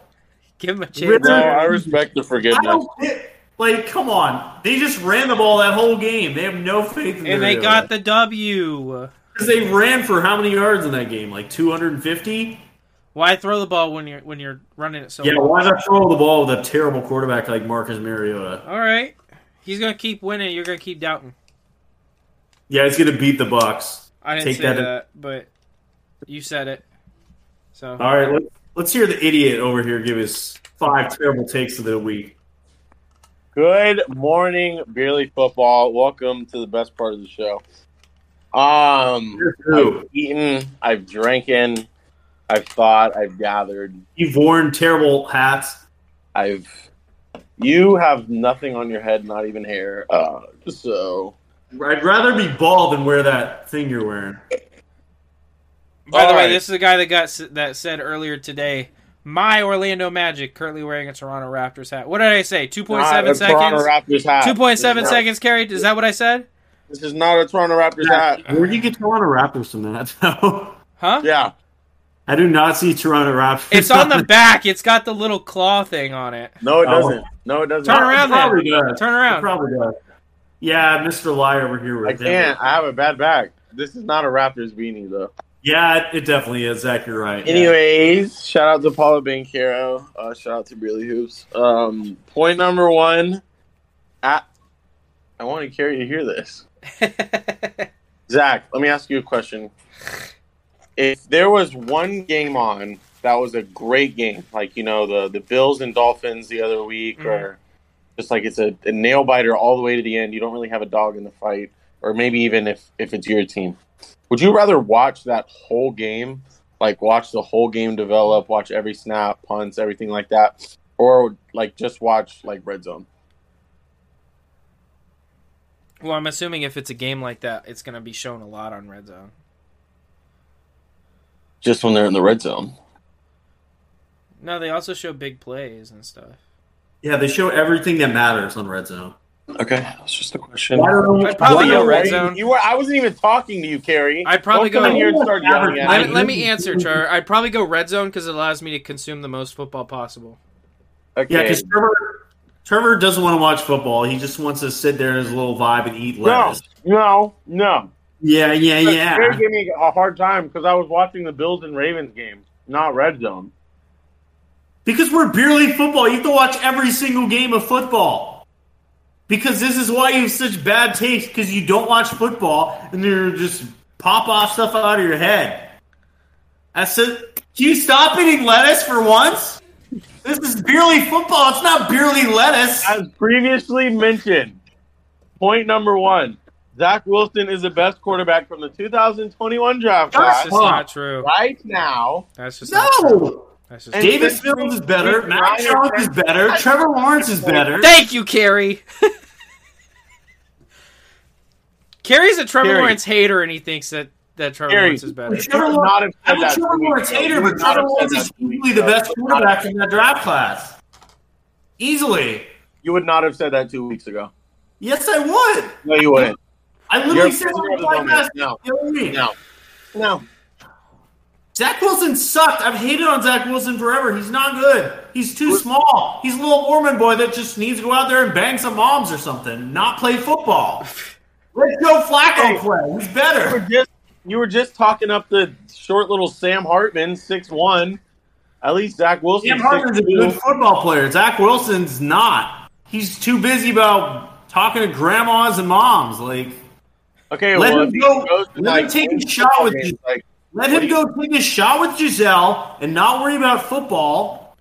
Speaker 2: Give him a
Speaker 3: Ritter-
Speaker 2: chance.
Speaker 1: No, I respect the
Speaker 3: I
Speaker 1: forgiveness.
Speaker 3: don't get, like, come on. They just ran the ball that whole game. They have no faith in
Speaker 2: And they got the W.
Speaker 3: because they ran for how many yards in that game? Like 250.
Speaker 2: Why throw the ball when you're when you're running it so?
Speaker 3: Yeah,
Speaker 2: well?
Speaker 3: why not throw the ball with a terrible quarterback like Marcus Mariota?
Speaker 2: All right, he's going to keep winning. You're going to keep doubting.
Speaker 3: Yeah, he's gonna beat the Bucks.
Speaker 2: I didn't
Speaker 3: Take
Speaker 2: say
Speaker 3: that
Speaker 2: that,
Speaker 3: in-
Speaker 2: but you said it. So
Speaker 3: All right, let's, let's hear the idiot over here give his five terrible takes of the week.
Speaker 1: Good morning, Beerly Football. Welcome to the best part of the show. Um,
Speaker 3: Here's who.
Speaker 1: I've eaten, I've drinking, I've thought, I've gathered,
Speaker 3: You've worn terrible hats.
Speaker 1: I've. You have nothing on your head, not even hair. Uh, so
Speaker 3: I'd rather be bald than wear that thing you're wearing.
Speaker 2: By the
Speaker 1: All
Speaker 2: way,
Speaker 1: right.
Speaker 2: this is the guy that got s- that said earlier today. My Orlando Magic currently wearing a Toronto Raptors hat. What did I say? Two point
Speaker 1: Not
Speaker 2: seven
Speaker 1: a Toronto
Speaker 2: seconds.
Speaker 1: Raptors hat.
Speaker 2: Two point seven
Speaker 1: This is not-
Speaker 2: seconds. Carrie, is that what I said?
Speaker 1: This is not a Toronto Raptors hat.
Speaker 3: Where'd you get Toronto Raptors from that? though?
Speaker 2: Huh?
Speaker 1: Yeah,
Speaker 3: I do not see Toronto Raptors.
Speaker 2: It's on the back. It's got the little claw thing on it.
Speaker 1: no, it
Speaker 3: Oh.
Speaker 1: doesn't. No, it doesn't.
Speaker 2: Turn around
Speaker 3: It probably
Speaker 2: then.
Speaker 3: does.
Speaker 2: Turn
Speaker 3: It
Speaker 2: around.
Speaker 3: probably does. Yeah, Mr. Lie over here. with
Speaker 1: I
Speaker 3: Denver.
Speaker 1: can't. I have a bad back. This is not a Raptors beanie though.
Speaker 3: Yeah, it, it definitely is. Zach, you're right.
Speaker 1: Anyways, shout out to Paula Bancaro. Uh, shout out to Breely Hoops. Um, point number one. At, I want to carry to hear this. Zach, let me ask you a question. If there was one game on that was a great game, like you know the the Bills and Dolphins the other week, or just like it's a, a nail biter all the way to the end, you don't really have a dog in the fight, or maybe even if if it's your team, would you rather watch that whole game, like watch the whole game develop, watch every snap, punts, everything like that, or like just watch like red zone?
Speaker 2: Well, I'm assuming if it's a game like that, it's going to be shown a lot on Red Zone.
Speaker 1: Just when they're in the red zone.
Speaker 2: No, they also show big plays and stuff.
Speaker 3: Yeah, they show everything that matters on Red Zone.
Speaker 1: Okay, that's just a question.
Speaker 3: Why don't-
Speaker 2: I'd probably
Speaker 3: why
Speaker 2: go
Speaker 3: don't
Speaker 2: red
Speaker 3: we-
Speaker 2: zone.
Speaker 1: You were. I wasn't even talking to you, Carrie.
Speaker 2: I'd probably
Speaker 1: Don't come
Speaker 2: go.
Speaker 1: here and start yelling at
Speaker 2: Let,
Speaker 1: me.
Speaker 2: let me answer, Trevor. I'd probably go red zone because it allows me to consume the most football possible.
Speaker 1: Okay.
Speaker 3: Yeah, because Trevor, Trevor doesn't want to watch football. He just wants to sit there in his little vibe and eat
Speaker 1: no,
Speaker 3: lettuce.
Speaker 1: no, no.
Speaker 3: Yeah, yeah,
Speaker 1: Barry
Speaker 3: yeah.
Speaker 1: gave me a hard time because I was watching the Bills and Ravens game, not Red Zone.
Speaker 3: Because we're barely football. You have to watch every single game of football. Because this is why you have such bad taste, because you don't watch football and you just pop off stuff out of your head. I said, can you stop eating lettuce for once? This is barely football. It's not barely lettuce.
Speaker 1: As previously mentioned, point number one: Zach Wilson is the best quarterback from the 2021 draft
Speaker 2: That's
Speaker 1: class
Speaker 2: just not true.
Speaker 1: right now.
Speaker 2: That's just not true.
Speaker 3: No!
Speaker 2: That's just
Speaker 1: And-
Speaker 3: Davis Mills is better. Matt Jones is better. Trevor Lawrence is better.
Speaker 2: Thank you, Carrie. Carrie's a Trevor
Speaker 1: Carrie.
Speaker 2: Lawrence hater, and he thinks that that Trevor
Speaker 1: Carrie.
Speaker 2: Lawrence is better.
Speaker 3: Trevor
Speaker 1: Would
Speaker 3: Lawrence,
Speaker 1: not have said
Speaker 3: I'm a
Speaker 1: that
Speaker 3: Trevor
Speaker 1: two
Speaker 3: Lawrence
Speaker 1: weeks ago.
Speaker 3: hater,
Speaker 1: Would
Speaker 3: but
Speaker 1: not
Speaker 3: Trevor
Speaker 1: have said
Speaker 3: Lawrence
Speaker 1: that
Speaker 3: is
Speaker 1: two weeks
Speaker 3: easily the
Speaker 1: ago.
Speaker 3: best quarterback in that draft class. Easily.
Speaker 1: You would not have said that two weeks ago.
Speaker 3: Yes, I would.
Speaker 1: No, you wouldn't.
Speaker 3: I
Speaker 1: You're
Speaker 3: literally
Speaker 1: a
Speaker 3: said
Speaker 1: prisoner
Speaker 3: on
Speaker 1: of
Speaker 3: the
Speaker 1: the moment.
Speaker 3: podcast.
Speaker 1: No,
Speaker 3: the other week.
Speaker 1: no, no.
Speaker 3: Zach Wilson sucked. I've hated on Zach Wilson forever. He's not good. He's too small. He's a little Mormon boy that just needs to go out there and bang some moms or something, not play football. Let Joe Flacco play. He's
Speaker 1: You were
Speaker 3: better.
Speaker 1: just you were just talking up the short little Sam Hartman, six one. At least Zach Wilson.
Speaker 3: Sam Hartman's a
Speaker 1: 6'2".
Speaker 3: good football player. Zach Wilson's not. He's too busy about talking to grandmas and moms. Like,
Speaker 1: Okay,
Speaker 3: Let
Speaker 1: well,
Speaker 3: him
Speaker 1: if he
Speaker 3: go-
Speaker 1: goes to,
Speaker 3: let him take a
Speaker 1: win
Speaker 3: shot
Speaker 1: football
Speaker 3: with
Speaker 1: games,
Speaker 3: you.
Speaker 1: Like,
Speaker 3: let him go take a shot with Giselle and not worry about football.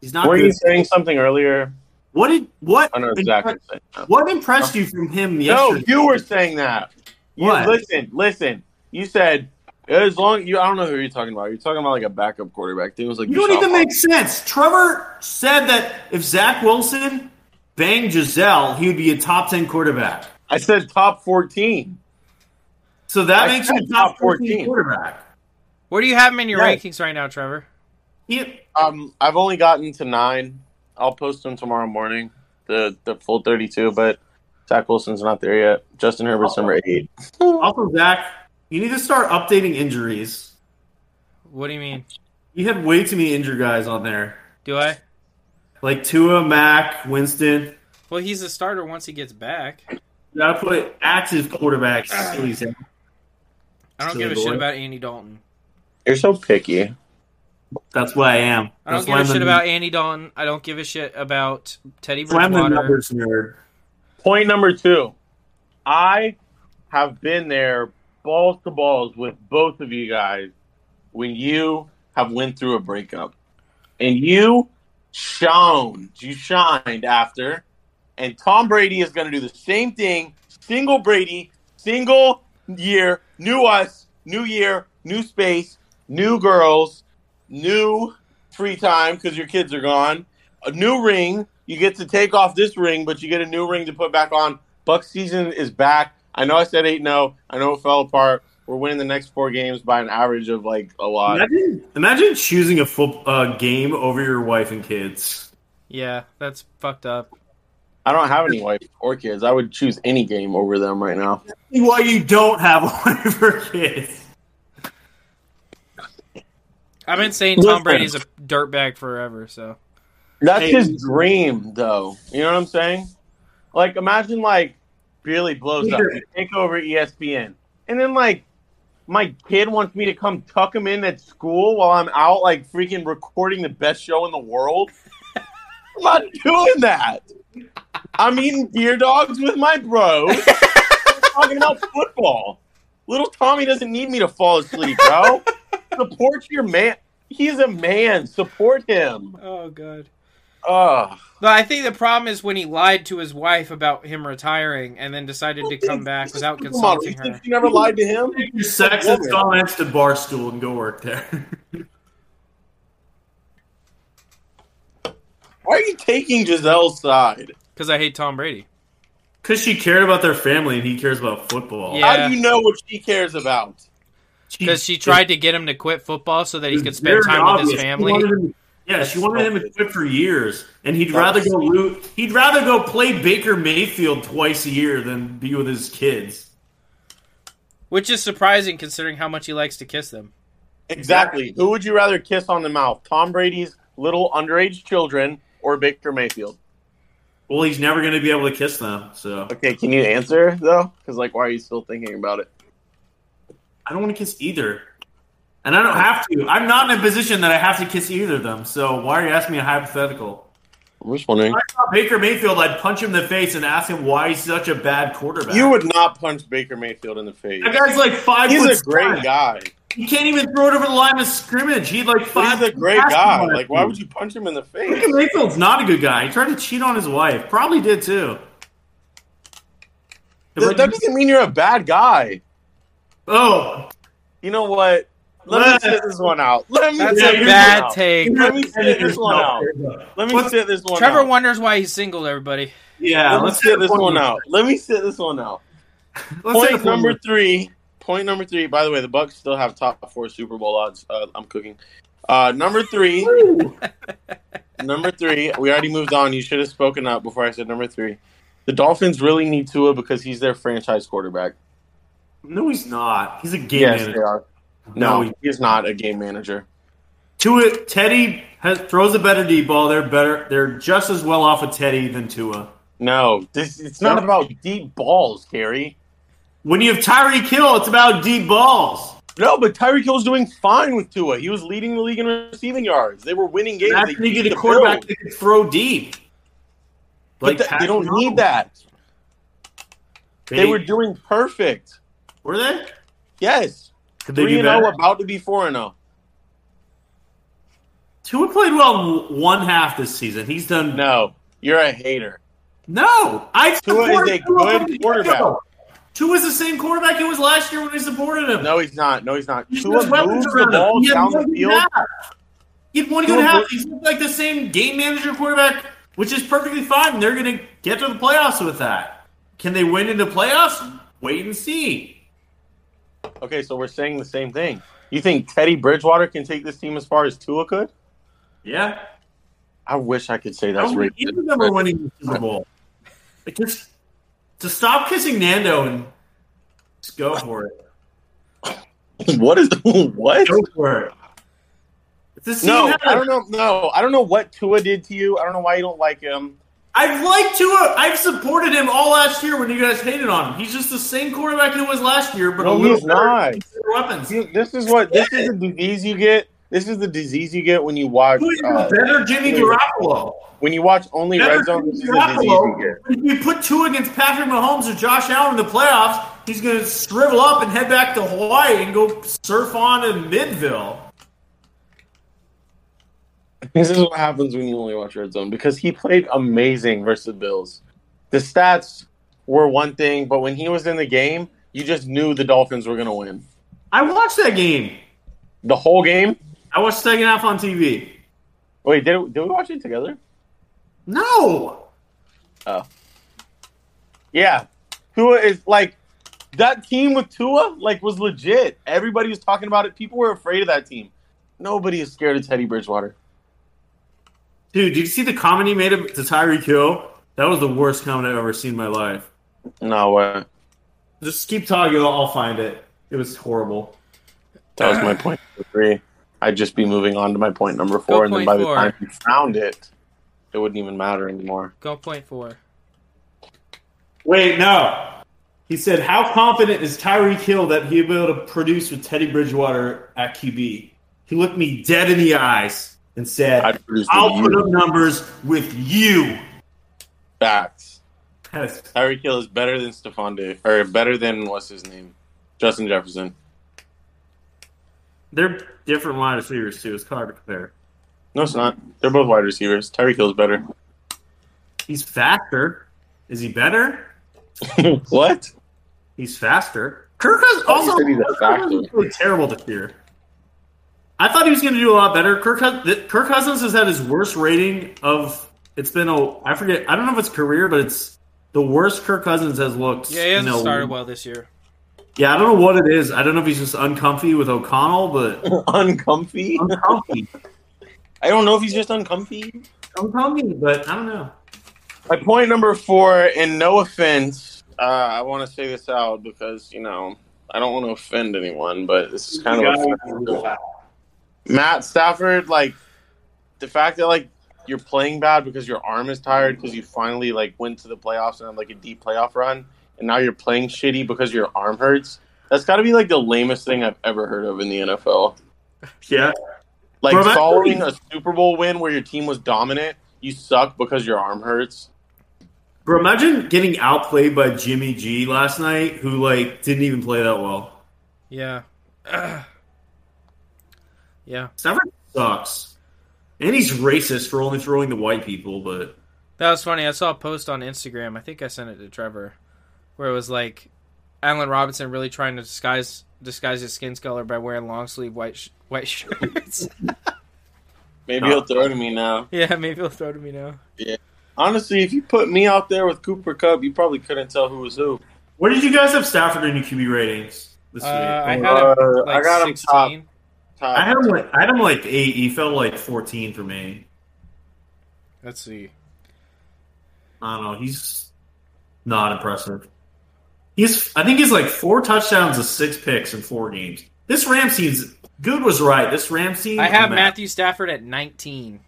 Speaker 3: He's not.
Speaker 1: were
Speaker 3: Good.
Speaker 1: you saying something earlier? Oh,
Speaker 3: What did what?
Speaker 1: I know exactly. what you're saying.
Speaker 3: What impressed you from him
Speaker 1: No,
Speaker 3: yesterday?
Speaker 1: you were saying that. You-
Speaker 3: What?
Speaker 1: listen, listen. You said as long you. I don't know who you're talking about. You're talking about like a backup quarterback. Thing was like
Speaker 3: You don't
Speaker 1: Deshaun
Speaker 3: even make
Speaker 1: Watson.
Speaker 3: sense. Trevor said that if Zach Wilson banged Giselle, he would be a top ten quarterback.
Speaker 1: I said top fourteen.
Speaker 3: So that
Speaker 1: I
Speaker 3: makes him a
Speaker 1: said
Speaker 3: top
Speaker 1: top 14.
Speaker 3: 14 quarterback.
Speaker 2: Where do you have him in your
Speaker 1: Yes.
Speaker 2: rankings right now, Trevor?
Speaker 3: He,
Speaker 1: Um, I've only gotten to nine. I'll post them tomorrow morning. The the full thirty-two, but Zach Wilson's not there yet. Justin Herbert's number eight.
Speaker 3: also, Zach, you need to start updating injuries.
Speaker 2: What do you mean?
Speaker 3: You had way too many injured guys on there,
Speaker 2: Do I?
Speaker 3: like Tua, Mac, Winston.
Speaker 2: Well, he's a starter once he gets back.
Speaker 3: You gotta put active quarterbacks. please.
Speaker 2: I don't
Speaker 3: Silly
Speaker 2: give a
Speaker 3: boy.
Speaker 2: shit about Andy Dalton.
Speaker 1: You're so picky.
Speaker 3: That's what I am.
Speaker 2: I don't
Speaker 3: That's
Speaker 2: give
Speaker 3: why
Speaker 2: a
Speaker 3: I'm
Speaker 2: shit
Speaker 3: the-
Speaker 2: about Andy Dalton. I don't give a shit about Teddy
Speaker 3: that's why I'm the
Speaker 2: Bridgewater.
Speaker 3: numbers nerd.
Speaker 1: Point number two. I have been there balls to balls with both of you guys when you have went through a breakup. And you shone. You shined after. And Tom Brady is gonna do the same thing. Single Brady, single year, new us, new year, new space, new girls, new free time because your kids are gone a new ring. You get to take off this ring, but you get a new ring to put back on. Buck season is back. I know I said 8 0. I know it fell apart. We're winning the next four games by an average of like a lot.
Speaker 3: Imagine, imagine choosing a foot, uh, game over your wife and kids.
Speaker 2: Yeah, that's fucked up.
Speaker 1: I don't have any wife or kids. I would choose any game over them right now.
Speaker 3: Why you don't have one of your kids?
Speaker 2: I've been saying Tom
Speaker 1: Listen.
Speaker 2: Brady's a dirtbag forever, so
Speaker 1: That's
Speaker 3: Hey.
Speaker 1: his dream, though. You know what I'm saying? Like, imagine like Billy blows up,
Speaker 3: Sure.
Speaker 1: take over E ESPN, and then like my kid wants me to come tuck him in at school while I'm out like freaking recording the best show in the world. I'm not doing that. I'm eating deer dogs with my bro. We're talking about football. Little Tommy doesn't need me to fall asleep, bro. Support your man. He's a man. Support him.
Speaker 2: Oh god.
Speaker 1: Ugh.
Speaker 2: But I think the problem is when he lied to his wife about him retiring and then decided to come back without consulting
Speaker 1: Come on,
Speaker 2: her.
Speaker 1: You never lied to him.
Speaker 3: Take your sexist comments to Barstool and go work there.
Speaker 1: Why are you taking Giselle's side?
Speaker 2: Because I hate Tom Brady.
Speaker 3: Because she cared about their family and he cares about football.
Speaker 2: Yeah.
Speaker 1: How do you know what she cares about?
Speaker 2: Because she tried to get him to quit football so that he could spend time with his
Speaker 3: He
Speaker 2: family.
Speaker 3: wanted, him, Yeah, she wanted him
Speaker 1: stupid.
Speaker 3: equipped for years, and he'd
Speaker 1: That
Speaker 3: rather
Speaker 1: was
Speaker 3: go loot. He'd rather go play Baker Mayfield twice a year than be with his kids.
Speaker 2: Which is surprising considering how much he likes to kiss them.
Speaker 1: Exactly. Who would you rather kiss on the mouth, Tom Brady's little underage children or Baker Mayfield?
Speaker 3: Well, he's never going to be able to kiss them, so
Speaker 1: Okay, can you answer though? Because like, why are you still thinking about it?
Speaker 3: I don't want to kiss either. And I don't have to. I'm not in a position that I have to kiss either of them. So why are you asking me a hypothetical?
Speaker 1: I'm just wondering.
Speaker 3: If I saw Baker Mayfield, I'd punch him in the face and ask him why he's such a bad quarterback.
Speaker 1: You would not punch Baker Mayfield in the face.
Speaker 3: that guy's like five.
Speaker 1: He's
Speaker 3: foot
Speaker 1: a great
Speaker 3: seven.
Speaker 1: guy.
Speaker 3: He can't even throw it over the line of scrimmage. He like five.
Speaker 1: He's a great guy. Like, why would you punch him in the face?
Speaker 3: Baker Mayfield's not a good guy. He tried to cheat on his wife. Probably did too.
Speaker 1: That, that doesn't mean you're a bad guy.
Speaker 3: oh,
Speaker 1: You know what? Let me sit this one out. Let me
Speaker 2: That's
Speaker 3: Yeah,
Speaker 1: sit
Speaker 2: a
Speaker 1: this
Speaker 2: bad
Speaker 1: one out.
Speaker 2: take.
Speaker 1: Let me sit this one out. Let me
Speaker 3: What's-
Speaker 1: sit this one
Speaker 2: Trevor
Speaker 1: out.
Speaker 2: wonders why he's single, everybody.
Speaker 3: Yeah,
Speaker 1: Let me sit this one out. Let me sit this one out.
Speaker 3: Let's
Speaker 1: Point
Speaker 3: hit one
Speaker 1: number
Speaker 3: more.
Speaker 1: three. Point number three. By the way, the Bucks still have top four Super Bowl odds. Uh, I'm cooking. Uh, number three. number three. We already moved on. You should have spoken up before I said number three. The Dolphins really need Tua because he's their franchise quarterback.
Speaker 3: No, he's not. He's a game
Speaker 1: Yes, they
Speaker 3: manager.
Speaker 1: are. No,
Speaker 3: he-
Speaker 1: he's not a game manager.
Speaker 3: Tua Teddy has, throws a better deep ball. They're better. They're just as well off of Teddy than Tua.
Speaker 1: No, this it's not
Speaker 3: No.
Speaker 1: about deep balls, Gary.
Speaker 3: When you have Tyree Kill, it's about deep balls.
Speaker 1: No, but Tyreek Hill's doing fine with Tua. He was leading the league in receiving yards. They were winning games.
Speaker 3: That's
Speaker 1: They
Speaker 3: when you
Speaker 1: beat
Speaker 3: get a
Speaker 1: the
Speaker 3: quarterback
Speaker 1: Bills.
Speaker 3: that can throw deep.
Speaker 1: But th- they
Speaker 3: Patrick
Speaker 1: don't
Speaker 3: Mahomes.
Speaker 1: need that. They were doing perfect.
Speaker 3: were they?
Speaker 1: Yes.
Speaker 3: Could they
Speaker 1: Three
Speaker 3: do
Speaker 1: and oh zero,
Speaker 3: better?
Speaker 1: about to be four and oh. zero.
Speaker 3: Tua played well in one half this season. He's done
Speaker 1: No, you're a hater.
Speaker 3: No,
Speaker 1: Tua
Speaker 3: I
Speaker 1: is
Speaker 3: supported
Speaker 1: a
Speaker 3: Tua
Speaker 1: good
Speaker 3: from the
Speaker 1: quarterback.
Speaker 3: get-go. Tua is the same quarterback he was last year when we supported him.
Speaker 1: No, he's not. No, he's not.
Speaker 3: He just
Speaker 1: Tua
Speaker 3: throws weapons
Speaker 1: moves the
Speaker 3: around him.
Speaker 1: ball
Speaker 3: He had
Speaker 1: down
Speaker 3: one
Speaker 1: the
Speaker 3: good
Speaker 1: field.
Speaker 3: half. He had one good
Speaker 1: Tua
Speaker 3: half.
Speaker 1: moves-
Speaker 3: He's like the same game manager quarterback, which is perfectly fine. and They're going to get to the playoffs with that. Can they win in the playoffs? Wait and see.
Speaker 1: Okay, so we're saying the same thing. You think Teddy Bridgewater can take this team as far as Tua could?
Speaker 3: Yeah,
Speaker 1: I wish I could say
Speaker 3: I
Speaker 1: that's
Speaker 3: don't think
Speaker 1: racist.
Speaker 3: either of them are winning the Super Bowl. But just to stop kissing Nando and just go for it.
Speaker 1: What is what?
Speaker 3: Go for it. If this team
Speaker 1: No,
Speaker 3: had a-
Speaker 1: I don't know. No, I don't know what Tua did to you. I don't know why you don't like him.
Speaker 3: I've liked Tua. I've supported him all last year when you guys hated on him. He's just the same quarterback he was last year, but
Speaker 1: No,
Speaker 3: a little
Speaker 1: he's not.
Speaker 3: better weapons.
Speaker 1: You- This is what this is the disease you get. This is the disease you get when you watch
Speaker 3: Who is
Speaker 1: uh,
Speaker 3: a better Jimmy
Speaker 1: wait.
Speaker 3: Garoppolo?
Speaker 1: when you watch only
Speaker 3: Better
Speaker 1: red zone. This
Speaker 3: Jimmy
Speaker 1: is the disease you get.
Speaker 3: Garoppolo. If you put two against Patrick Mahomes or Josh Allen in the playoffs, he's going to shrivel up and head back to Hawaii and go surf on in Midville.
Speaker 1: This is what happens when you only watch Red Zone because he played amazing versus the Bills. The stats were one thing, but when he was in the game, you just knew the Dolphins were going to win.
Speaker 3: I watched that game.
Speaker 1: The whole game?
Speaker 3: I watched the second half on TV.
Speaker 1: Wait, did, did we watch it together?
Speaker 3: No.
Speaker 1: Yeah. Tua is like that team with Tua like was legit. Everybody was talking about it. People were afraid of that team. Nobody is scared of Teddy Bridgewater.
Speaker 3: Dude, did you see the comment he made to Tyreek Hill? That was the worst comment I've ever seen in my life.
Speaker 1: No, uh,
Speaker 3: Just keep talking. I'll I'll find it. It was horrible.
Speaker 1: that was my point number three. I'd just be moving on to my point number
Speaker 2: Go
Speaker 1: four, and then
Speaker 2: point
Speaker 1: by
Speaker 2: four.
Speaker 1: the time you found it, it wouldn't even matter anymore.
Speaker 2: Go point four.
Speaker 3: Wait, no. He said, "How confident is Tyreek Hill that he'll be able to produce with Teddy Bridgewater at QB?" He looked me dead in the eyes and said,
Speaker 1: I'd produce the
Speaker 3: "I'll put
Speaker 1: year.
Speaker 3: up numbers with you."
Speaker 1: Facts.
Speaker 3: That's-
Speaker 1: Tyreek Hill is better than Stephon Diggs, or better than what's his name, Justin Jefferson.
Speaker 3: They're different wide receivers too. It's hard to compare.
Speaker 1: No, it's not. They're both wide receivers. Tyreek Hill's better.
Speaker 3: He's faster. Is he better?
Speaker 1: what?
Speaker 3: He's faster. Kirk has also
Speaker 1: said he's a
Speaker 3: Kirk Cousins
Speaker 1: factor.
Speaker 3: was really terrible this year. I thought he was going to do a lot better. Kirk, Cous- th- Kirk Cousins has had his worst rating of it's been a I forget I don't know if it's career, but it's the worst Kirk Cousins has looked.
Speaker 2: Yeah, he hasn't
Speaker 3: in a-
Speaker 2: started well this year.
Speaker 3: Yeah, I don't know what it is. I don't know if he's just uncomfy with O'Connell, but
Speaker 1: Uncomfy.
Speaker 3: uncomfy.
Speaker 1: I don't know if he's just uncomfy.
Speaker 3: I'm comfy, but I don't know.
Speaker 1: My point number four, and no offense, uh, I want to say this out because you know I don't want to offend anyone, but this is kind of offensive. Matt Stafford. Like the fact that like you're playing bad because your arm is tired because you finally like went to the playoffs and had like a deep playoff run, and now you're playing shitty because your arm hurts. That's got to be like the lamest thing I've ever heard of in the NFL.
Speaker 3: Yeah.
Speaker 1: Like
Speaker 3: Bro, that-
Speaker 1: following a Super Bowl win where your team was dominant, you suck because your arm hurts.
Speaker 3: Bro, imagine getting outplayed by Jimmy G last night, who like didn't even play that well.
Speaker 2: Yeah. Ugh. Yeah.
Speaker 3: Stafford sucks, and he's racist for only throwing to white people. But
Speaker 2: That was funny. I saw a post on Instagram. I think I sent it to Trevor, where it was like Allen Robinson really trying to disguise disguise his skin color by wearing long sleeve white sh- white shirts.
Speaker 1: Maybe
Speaker 3: No.
Speaker 1: he'll throw to me now.
Speaker 2: yeah, maybe he'll throw to me now.
Speaker 1: Honestly, if you put me out there with Cooper Cup, you probably couldn't tell who was who.
Speaker 3: where did you guys have Stafford in your QB ratings this
Speaker 2: Uh,
Speaker 3: week?
Speaker 2: I had
Speaker 1: Uh,
Speaker 2: him like
Speaker 1: I got him top.
Speaker 2: 16.
Speaker 1: Top.
Speaker 3: I had him like I had him like eight. He fell like fourteen for me.
Speaker 2: Let's see.
Speaker 3: I don't know. He's not impressive. He's I think he's like four touchdowns and six picks in four games. This Rams team's good was right. This Rams team.
Speaker 2: I have
Speaker 3: I'm out.
Speaker 2: Matthew Stafford at 19.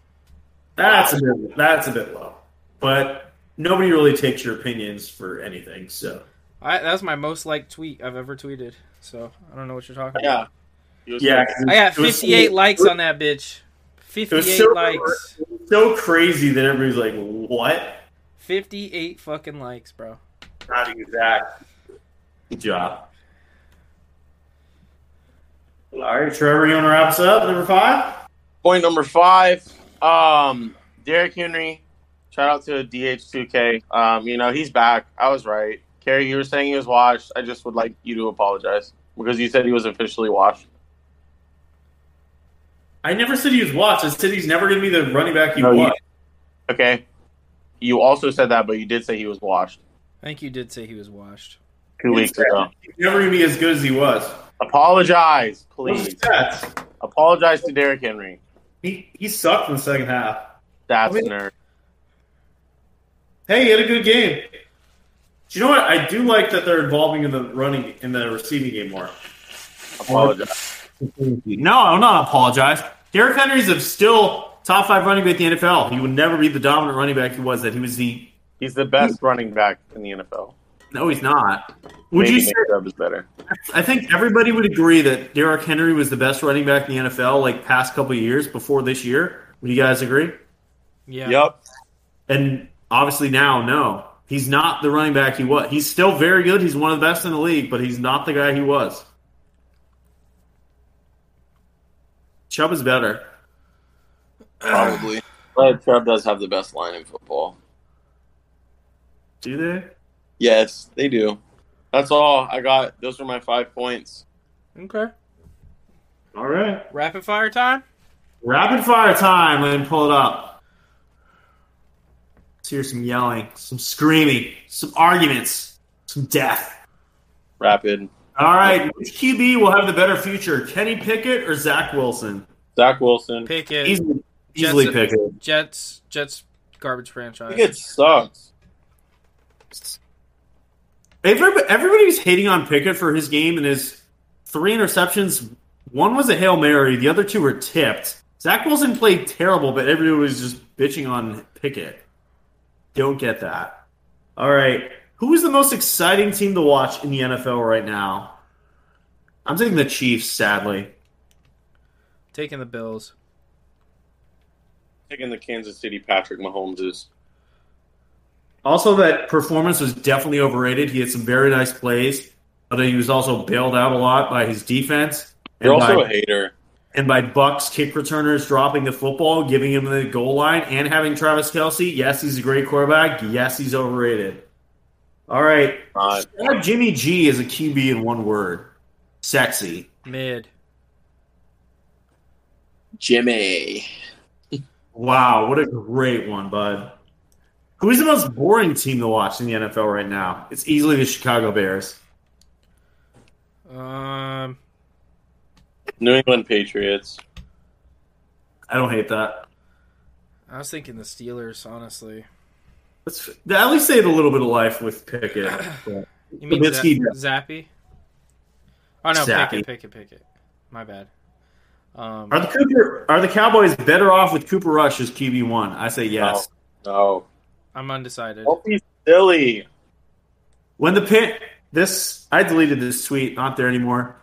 Speaker 3: That's a bit that's a bit low. But nobody really takes your opinions for anything. So
Speaker 2: I, that was my most liked tweet I've ever tweeted. So I don't know what you're talking about.
Speaker 1: yeah. He was like-
Speaker 2: I got
Speaker 3: it was-
Speaker 2: 58 likes
Speaker 3: it was-
Speaker 2: on that bitch.
Speaker 3: It
Speaker 2: 58
Speaker 3: was so,
Speaker 2: likes.
Speaker 3: it was so crazy that everybody's like, "What?
Speaker 2: 58 fucking likes, bro.
Speaker 3: Not exact." Good job. Well, All right, Trevor, you want to wrap us up? Number five.
Speaker 1: Point number five, um, Derrick Henry. Shout out to DH2K. Um, you know, he's back. I was right. Kerry, you were saying he was washed. I just would like you to apologize because you said he was officially washed.
Speaker 3: I never said he was watched. I said he's never going to be the running back he
Speaker 1: No, you-
Speaker 3: was.
Speaker 1: Okay. You also said that, but you did say he was washed
Speaker 2: I think you did say he was washed.
Speaker 1: two weeks ago.
Speaker 3: He's never going to be as good as he was.
Speaker 1: Apologize,
Speaker 3: Those
Speaker 1: please.
Speaker 3: stats.
Speaker 1: Apologize to Derrick Henry.
Speaker 3: He he sucked in the second half.
Speaker 1: That's
Speaker 3: I
Speaker 1: a
Speaker 3: mean-
Speaker 1: nerd.
Speaker 3: Hey, he had a good game. Do you know what? I do like that they're involving in the running in the receiving game more.
Speaker 1: Apologize.
Speaker 3: No, I'm not apologize. Derrick Henry's of still top five running back in the NFL. He would never be the dominant running back he was. That he was the
Speaker 1: He's the best running back in the NFL.
Speaker 3: no, he's not. Would you
Speaker 1: Maybe
Speaker 3: say?
Speaker 1: Nick Chubb is better?
Speaker 3: I think everybody would agree that Derrick Henry was the best running back in the NFL like past couple of years before this year. Would you guys agree?
Speaker 2: Yeah.
Speaker 1: Yep.
Speaker 3: And obviously now, no, he's not the running back he was. He's still very good. He's one of the best in the league, but he's not the guy he was. Chubb is better.
Speaker 1: Probably. But Chubb does have the best line in football.
Speaker 3: Do they?
Speaker 1: Yes, they do. That's all I got. Those were my five points.
Speaker 2: Okay.
Speaker 3: All right.
Speaker 2: Rapid fire time?
Speaker 3: Rapid fire time. Let me pull it up. Let's hear some yelling, some screaming, some arguments, some death.
Speaker 1: Rapid.
Speaker 3: All right. Which QB will have the better future, Kenny Pickett or Zach Wilson?
Speaker 1: Zach Wilson.
Speaker 2: Pick it.
Speaker 3: Easily, easily
Speaker 2: Jets-
Speaker 3: Pickett.
Speaker 2: Jets Jets garbage franchise.
Speaker 1: Pickett sucks.
Speaker 3: Everybody, everybody was hating on Pickett for his game and his three interceptions. One was a hail mary. The other two were tipped. Zach Wilson played terrible, but everybody was just bitching on Pickett. Don't get that. All right, who is the most exciting team to watch in the NFL right now? I'm taking the Chiefs. Sadly,
Speaker 2: Taking the Bills.
Speaker 1: Taking the Kansas City Patrick Mahomes is.
Speaker 3: also that performance was definitely overrated. He had some very nice plays, but he was also bailed out a lot by his defense. and
Speaker 1: You're also
Speaker 3: by-
Speaker 1: a hater.
Speaker 3: and by Bucks kick returners dropping the football, giving him the goal line, and having Travis Kelsey. Yes, he's a great quarterback. Yes, he's overrated. All right.
Speaker 1: Not.
Speaker 3: Describe Jimmy G is a QB in one word. Sexy.
Speaker 2: Mid.
Speaker 1: Jimmy.
Speaker 3: Wow, what a great one, bud. Who is the most boring team to watch in the NFL right now? It's easily the Chicago Bears.
Speaker 2: Um
Speaker 1: New England Patriots.
Speaker 3: I don't hate that.
Speaker 2: I was thinking the Steelers, honestly.
Speaker 3: Let's at least save a little bit of life with Pickett. But
Speaker 2: You mean
Speaker 3: Trubisky,
Speaker 2: Zap- Zappy? Oh no,
Speaker 3: Zappy.
Speaker 2: Pickett, Pickett, Pickett. My bad. Um,
Speaker 3: Are the Cooper are the Cowboys better off with Cooper Rush as QB one? I say yes.
Speaker 1: No.
Speaker 2: I'm undecided.
Speaker 3: Oh.
Speaker 1: Don't be silly.
Speaker 3: When the pin this I deleted this tweet, not there anymore.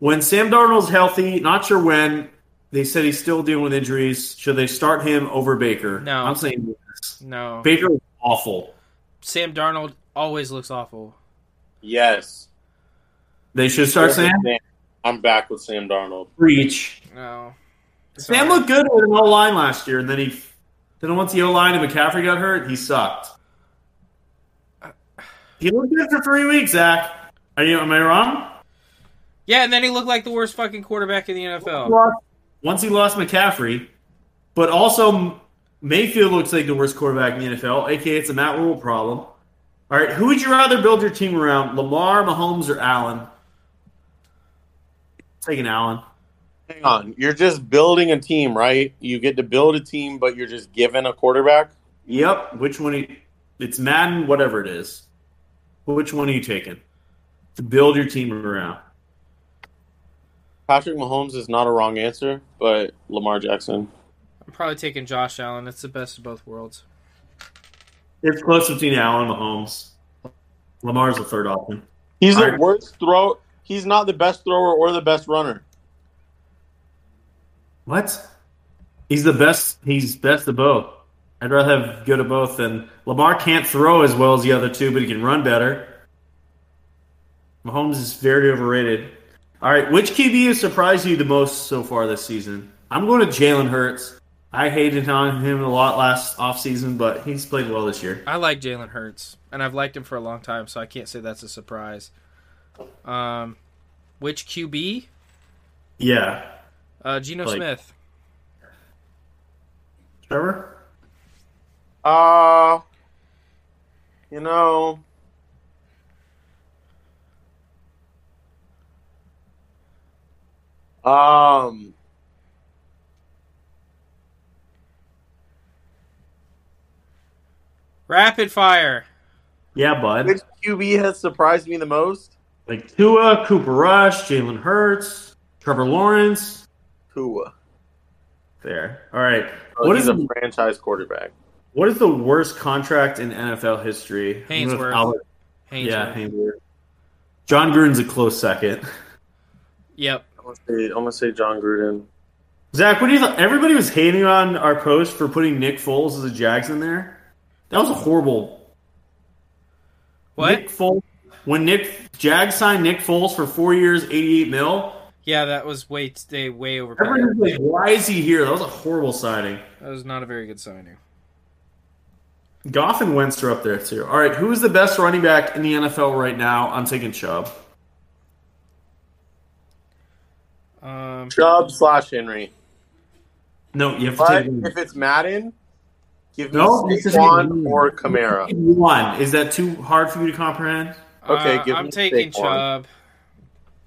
Speaker 3: When Sam Darnold's healthy, not sure when, they said he's still dealing with injuries. Should they start him over Baker?
Speaker 2: No.
Speaker 3: I'm saying yes.
Speaker 2: No,
Speaker 3: Baker was awful.
Speaker 2: Sam Darnold always looks awful.
Speaker 1: Yes.
Speaker 3: They should start Sam.
Speaker 1: I'm back with Sam Darnold.
Speaker 3: Reach.
Speaker 2: No,
Speaker 3: Sam looked good with an O line last year, and then he then once the O line and McCaffrey got hurt, he sucked. He looked good for three weeks, Zach. Are you am I wrong?
Speaker 2: Yeah, and then he looked like the worst fucking quarterback in the NFL.
Speaker 3: lost- once he lost McCaffrey, but also M- Mayfield looks like the worst quarterback in the NFL, aka it's a Matt Rule problem. All right, who would you rather build your team around, Lamar, Mahomes, or Allen? Taking Allen.
Speaker 1: Hang on. You're just building a team, right? You get to build a team, but you're just given a quarterback.
Speaker 3: Yep. Which one? Are you, it's Madden, whatever it is. Which one are you taking to build your team around?
Speaker 1: Patrick Mahomes is not a wrong answer, but Lamar Jackson.
Speaker 2: I'm probably taking Josh Allen. It's the best of both worlds.
Speaker 3: It's close between Allen and Mahomes. Lamar's the third option.
Speaker 1: He's the
Speaker 3: Alright.
Speaker 1: worst throw. He's not the best thrower or the best runner.
Speaker 3: What? He's the best. He's best of both. I'd rather have good of both than Lamar can't throw as well as the other two, but he can run better. Mahomes is very overrated. All right, which QB has surprised you the most so far this season? I'm going to Jalen Hurts. I hated on him a lot last offseason, but he's played well this year.
Speaker 2: I like Jalen Hurts, and I've liked him for a long time, so I can't say that's a surprise. Um, which QB?
Speaker 3: Yeah.
Speaker 2: Uh, Geno
Speaker 3: Like-
Speaker 2: Smith.
Speaker 3: Trevor?
Speaker 1: Uh you know. Um
Speaker 2: Rapid fire.
Speaker 3: Yeah, bud.
Speaker 1: which QB has surprised me the most?
Speaker 3: Like Tua, Cooper Rush, Jalen Hurts, Trevor Lawrence.
Speaker 1: Tua.
Speaker 3: There. All right.
Speaker 1: Oh,
Speaker 3: What
Speaker 1: he's
Speaker 3: is
Speaker 1: a
Speaker 3: the-
Speaker 1: franchise quarterback?
Speaker 3: What is the worst contract in NFL history? I'm going with
Speaker 2: Haynesworth.
Speaker 3: Albert-
Speaker 2: Haynes
Speaker 3: Yeah,
Speaker 2: Worth.
Speaker 3: Haynesworth. John Gruden's a close second.
Speaker 2: Yep.
Speaker 1: I'm gonna say, I'm gonna say John Gruden.
Speaker 3: Zach, what do you think? Everybody was hating on our post for putting Nick Foles as a Jags in there. That was a horrible.
Speaker 2: What?
Speaker 3: Nick Foles, when Nick Jags signed Nick Foles for four years, eighty-eight mil.
Speaker 2: Yeah, that was way they way overpaid.
Speaker 3: Everyone was like, "Why is he here?" That was a horrible signing.
Speaker 2: That was not a very good signing.
Speaker 3: Goff and Wentz are up there too. All right, who is the best running back in the NFL right now? I'm taking Chubb.
Speaker 2: Um,
Speaker 1: Chubb slash Henry.
Speaker 3: No, you have to
Speaker 1: But
Speaker 3: take.
Speaker 1: if it's Madden, give me
Speaker 3: No, this isn't
Speaker 1: Saquon
Speaker 3: me.
Speaker 1: or Kamara.
Speaker 3: One is that too hard for you to comprehend?
Speaker 1: Okay,
Speaker 2: uh,
Speaker 1: give
Speaker 2: I'm
Speaker 1: me
Speaker 2: taking
Speaker 1: Saquon.
Speaker 2: Chubb.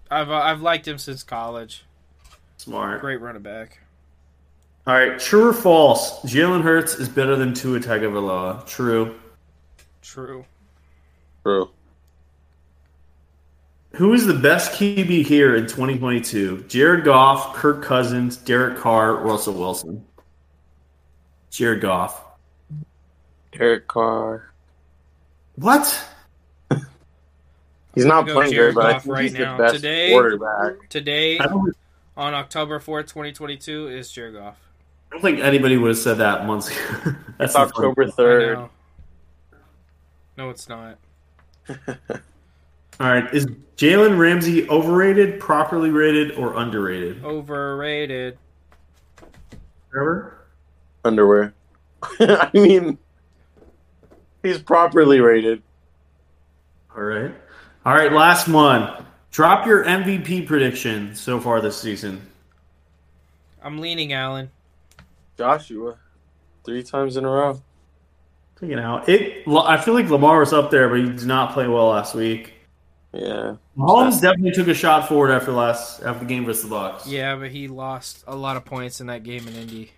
Speaker 2: I've uh, I've liked him since college.
Speaker 3: Smart.
Speaker 2: Great running back.
Speaker 3: All right, true or false? Jalen Hurts is better than Tua Tagovailoa. True.
Speaker 2: True.
Speaker 1: True.
Speaker 3: Who is the best QB here in 2022? Jared Goff, Kirk Cousins, Derek Carr, Russell Wilson. Jared Goff.
Speaker 1: Derek Carr.
Speaker 3: What?
Speaker 1: He's not
Speaker 2: Go
Speaker 1: playing
Speaker 2: Jared
Speaker 1: good, but I
Speaker 2: Goff
Speaker 1: think
Speaker 2: right
Speaker 1: he's the
Speaker 2: now.
Speaker 1: best
Speaker 2: Today-
Speaker 1: quarterback.
Speaker 2: Today
Speaker 3: I don't,
Speaker 2: on October fourth, twenty twenty two, is Jared Goff.
Speaker 3: I don't think anybody would have said that months ago. That's
Speaker 1: It's October
Speaker 2: I
Speaker 1: third.
Speaker 2: know. No, it's not.
Speaker 3: All right, is Jalen Ramsey overrated, properly rated, or underrated?
Speaker 2: Overrated.
Speaker 3: Trevor?
Speaker 1: Underwear. I mean, he's properly rated.
Speaker 3: All right. All right, last one. Drop your MVP prediction so far this season.
Speaker 2: I'm leaning Allen.
Speaker 1: Joshua, three times in a row.
Speaker 3: You know, it. I feel like Lamar was up there, but he did not play well last week.
Speaker 1: Yeah.
Speaker 3: Mahomes definitely took a shot forward after last after the game versus the Bucks.
Speaker 2: Yeah, but he lost a lot of points in that game in Indy.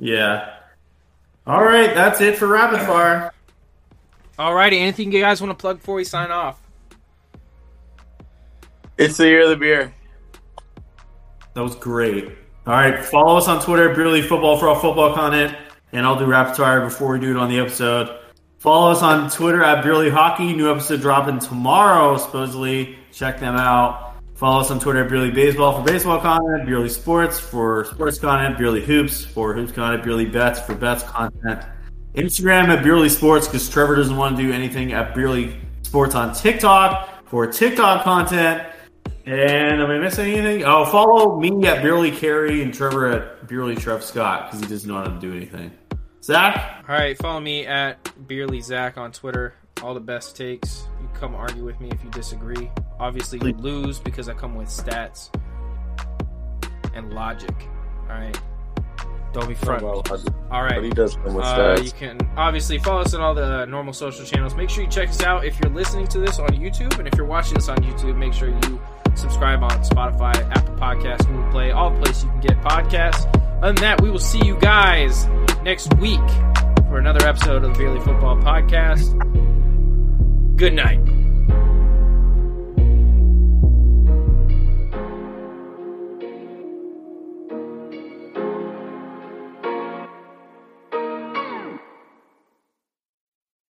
Speaker 3: Yeah. All right, that's it for rapid fire.
Speaker 2: Alrighty, anything you guys want to plug before we sign off?
Speaker 1: It's the year of the beer.
Speaker 3: That was great. All right, follow us on Twitter, Beerly Football for all football content, and I'll do rapid fire before we do it on the episode. Follow us on Twitter at Beerly Hockey. New episode dropping tomorrow, supposedly. Check them out. Follow us on Twitter at Beerly Baseball for baseball content, Beerly Sports for sports content, Beerly Hoops for hoops content, Beerly Bets for bets content. Instagram at Beerly Sports because Trevor doesn't want to do anything at Beerly Sports on TikTok for TikTok content. And am I missing anything? Oh, follow me at Beerly Carey and Trevor at Beerly Trev Scott because he doesn't know how to do anything. Zach,
Speaker 2: Alright, follow me at Beerly Zach on Twitter. All the best takes. You come argue with me if you disagree. Obviously you lose because I come with stats and logic. Alright. Don't be front. Alright.
Speaker 1: But he does come with
Speaker 2: Uh,
Speaker 1: stats.
Speaker 2: you can obviously follow us on all the normal social channels. Make sure you check us out if you're listening to this on YouTube, and if you're watching this on YouTube, make sure you subscribe on Spotify, Apple Podcasts, Google Play, all the places you can get podcasts. Other than that, we will see you guys next week for another episode of the Beerly Football Podcast. Good night.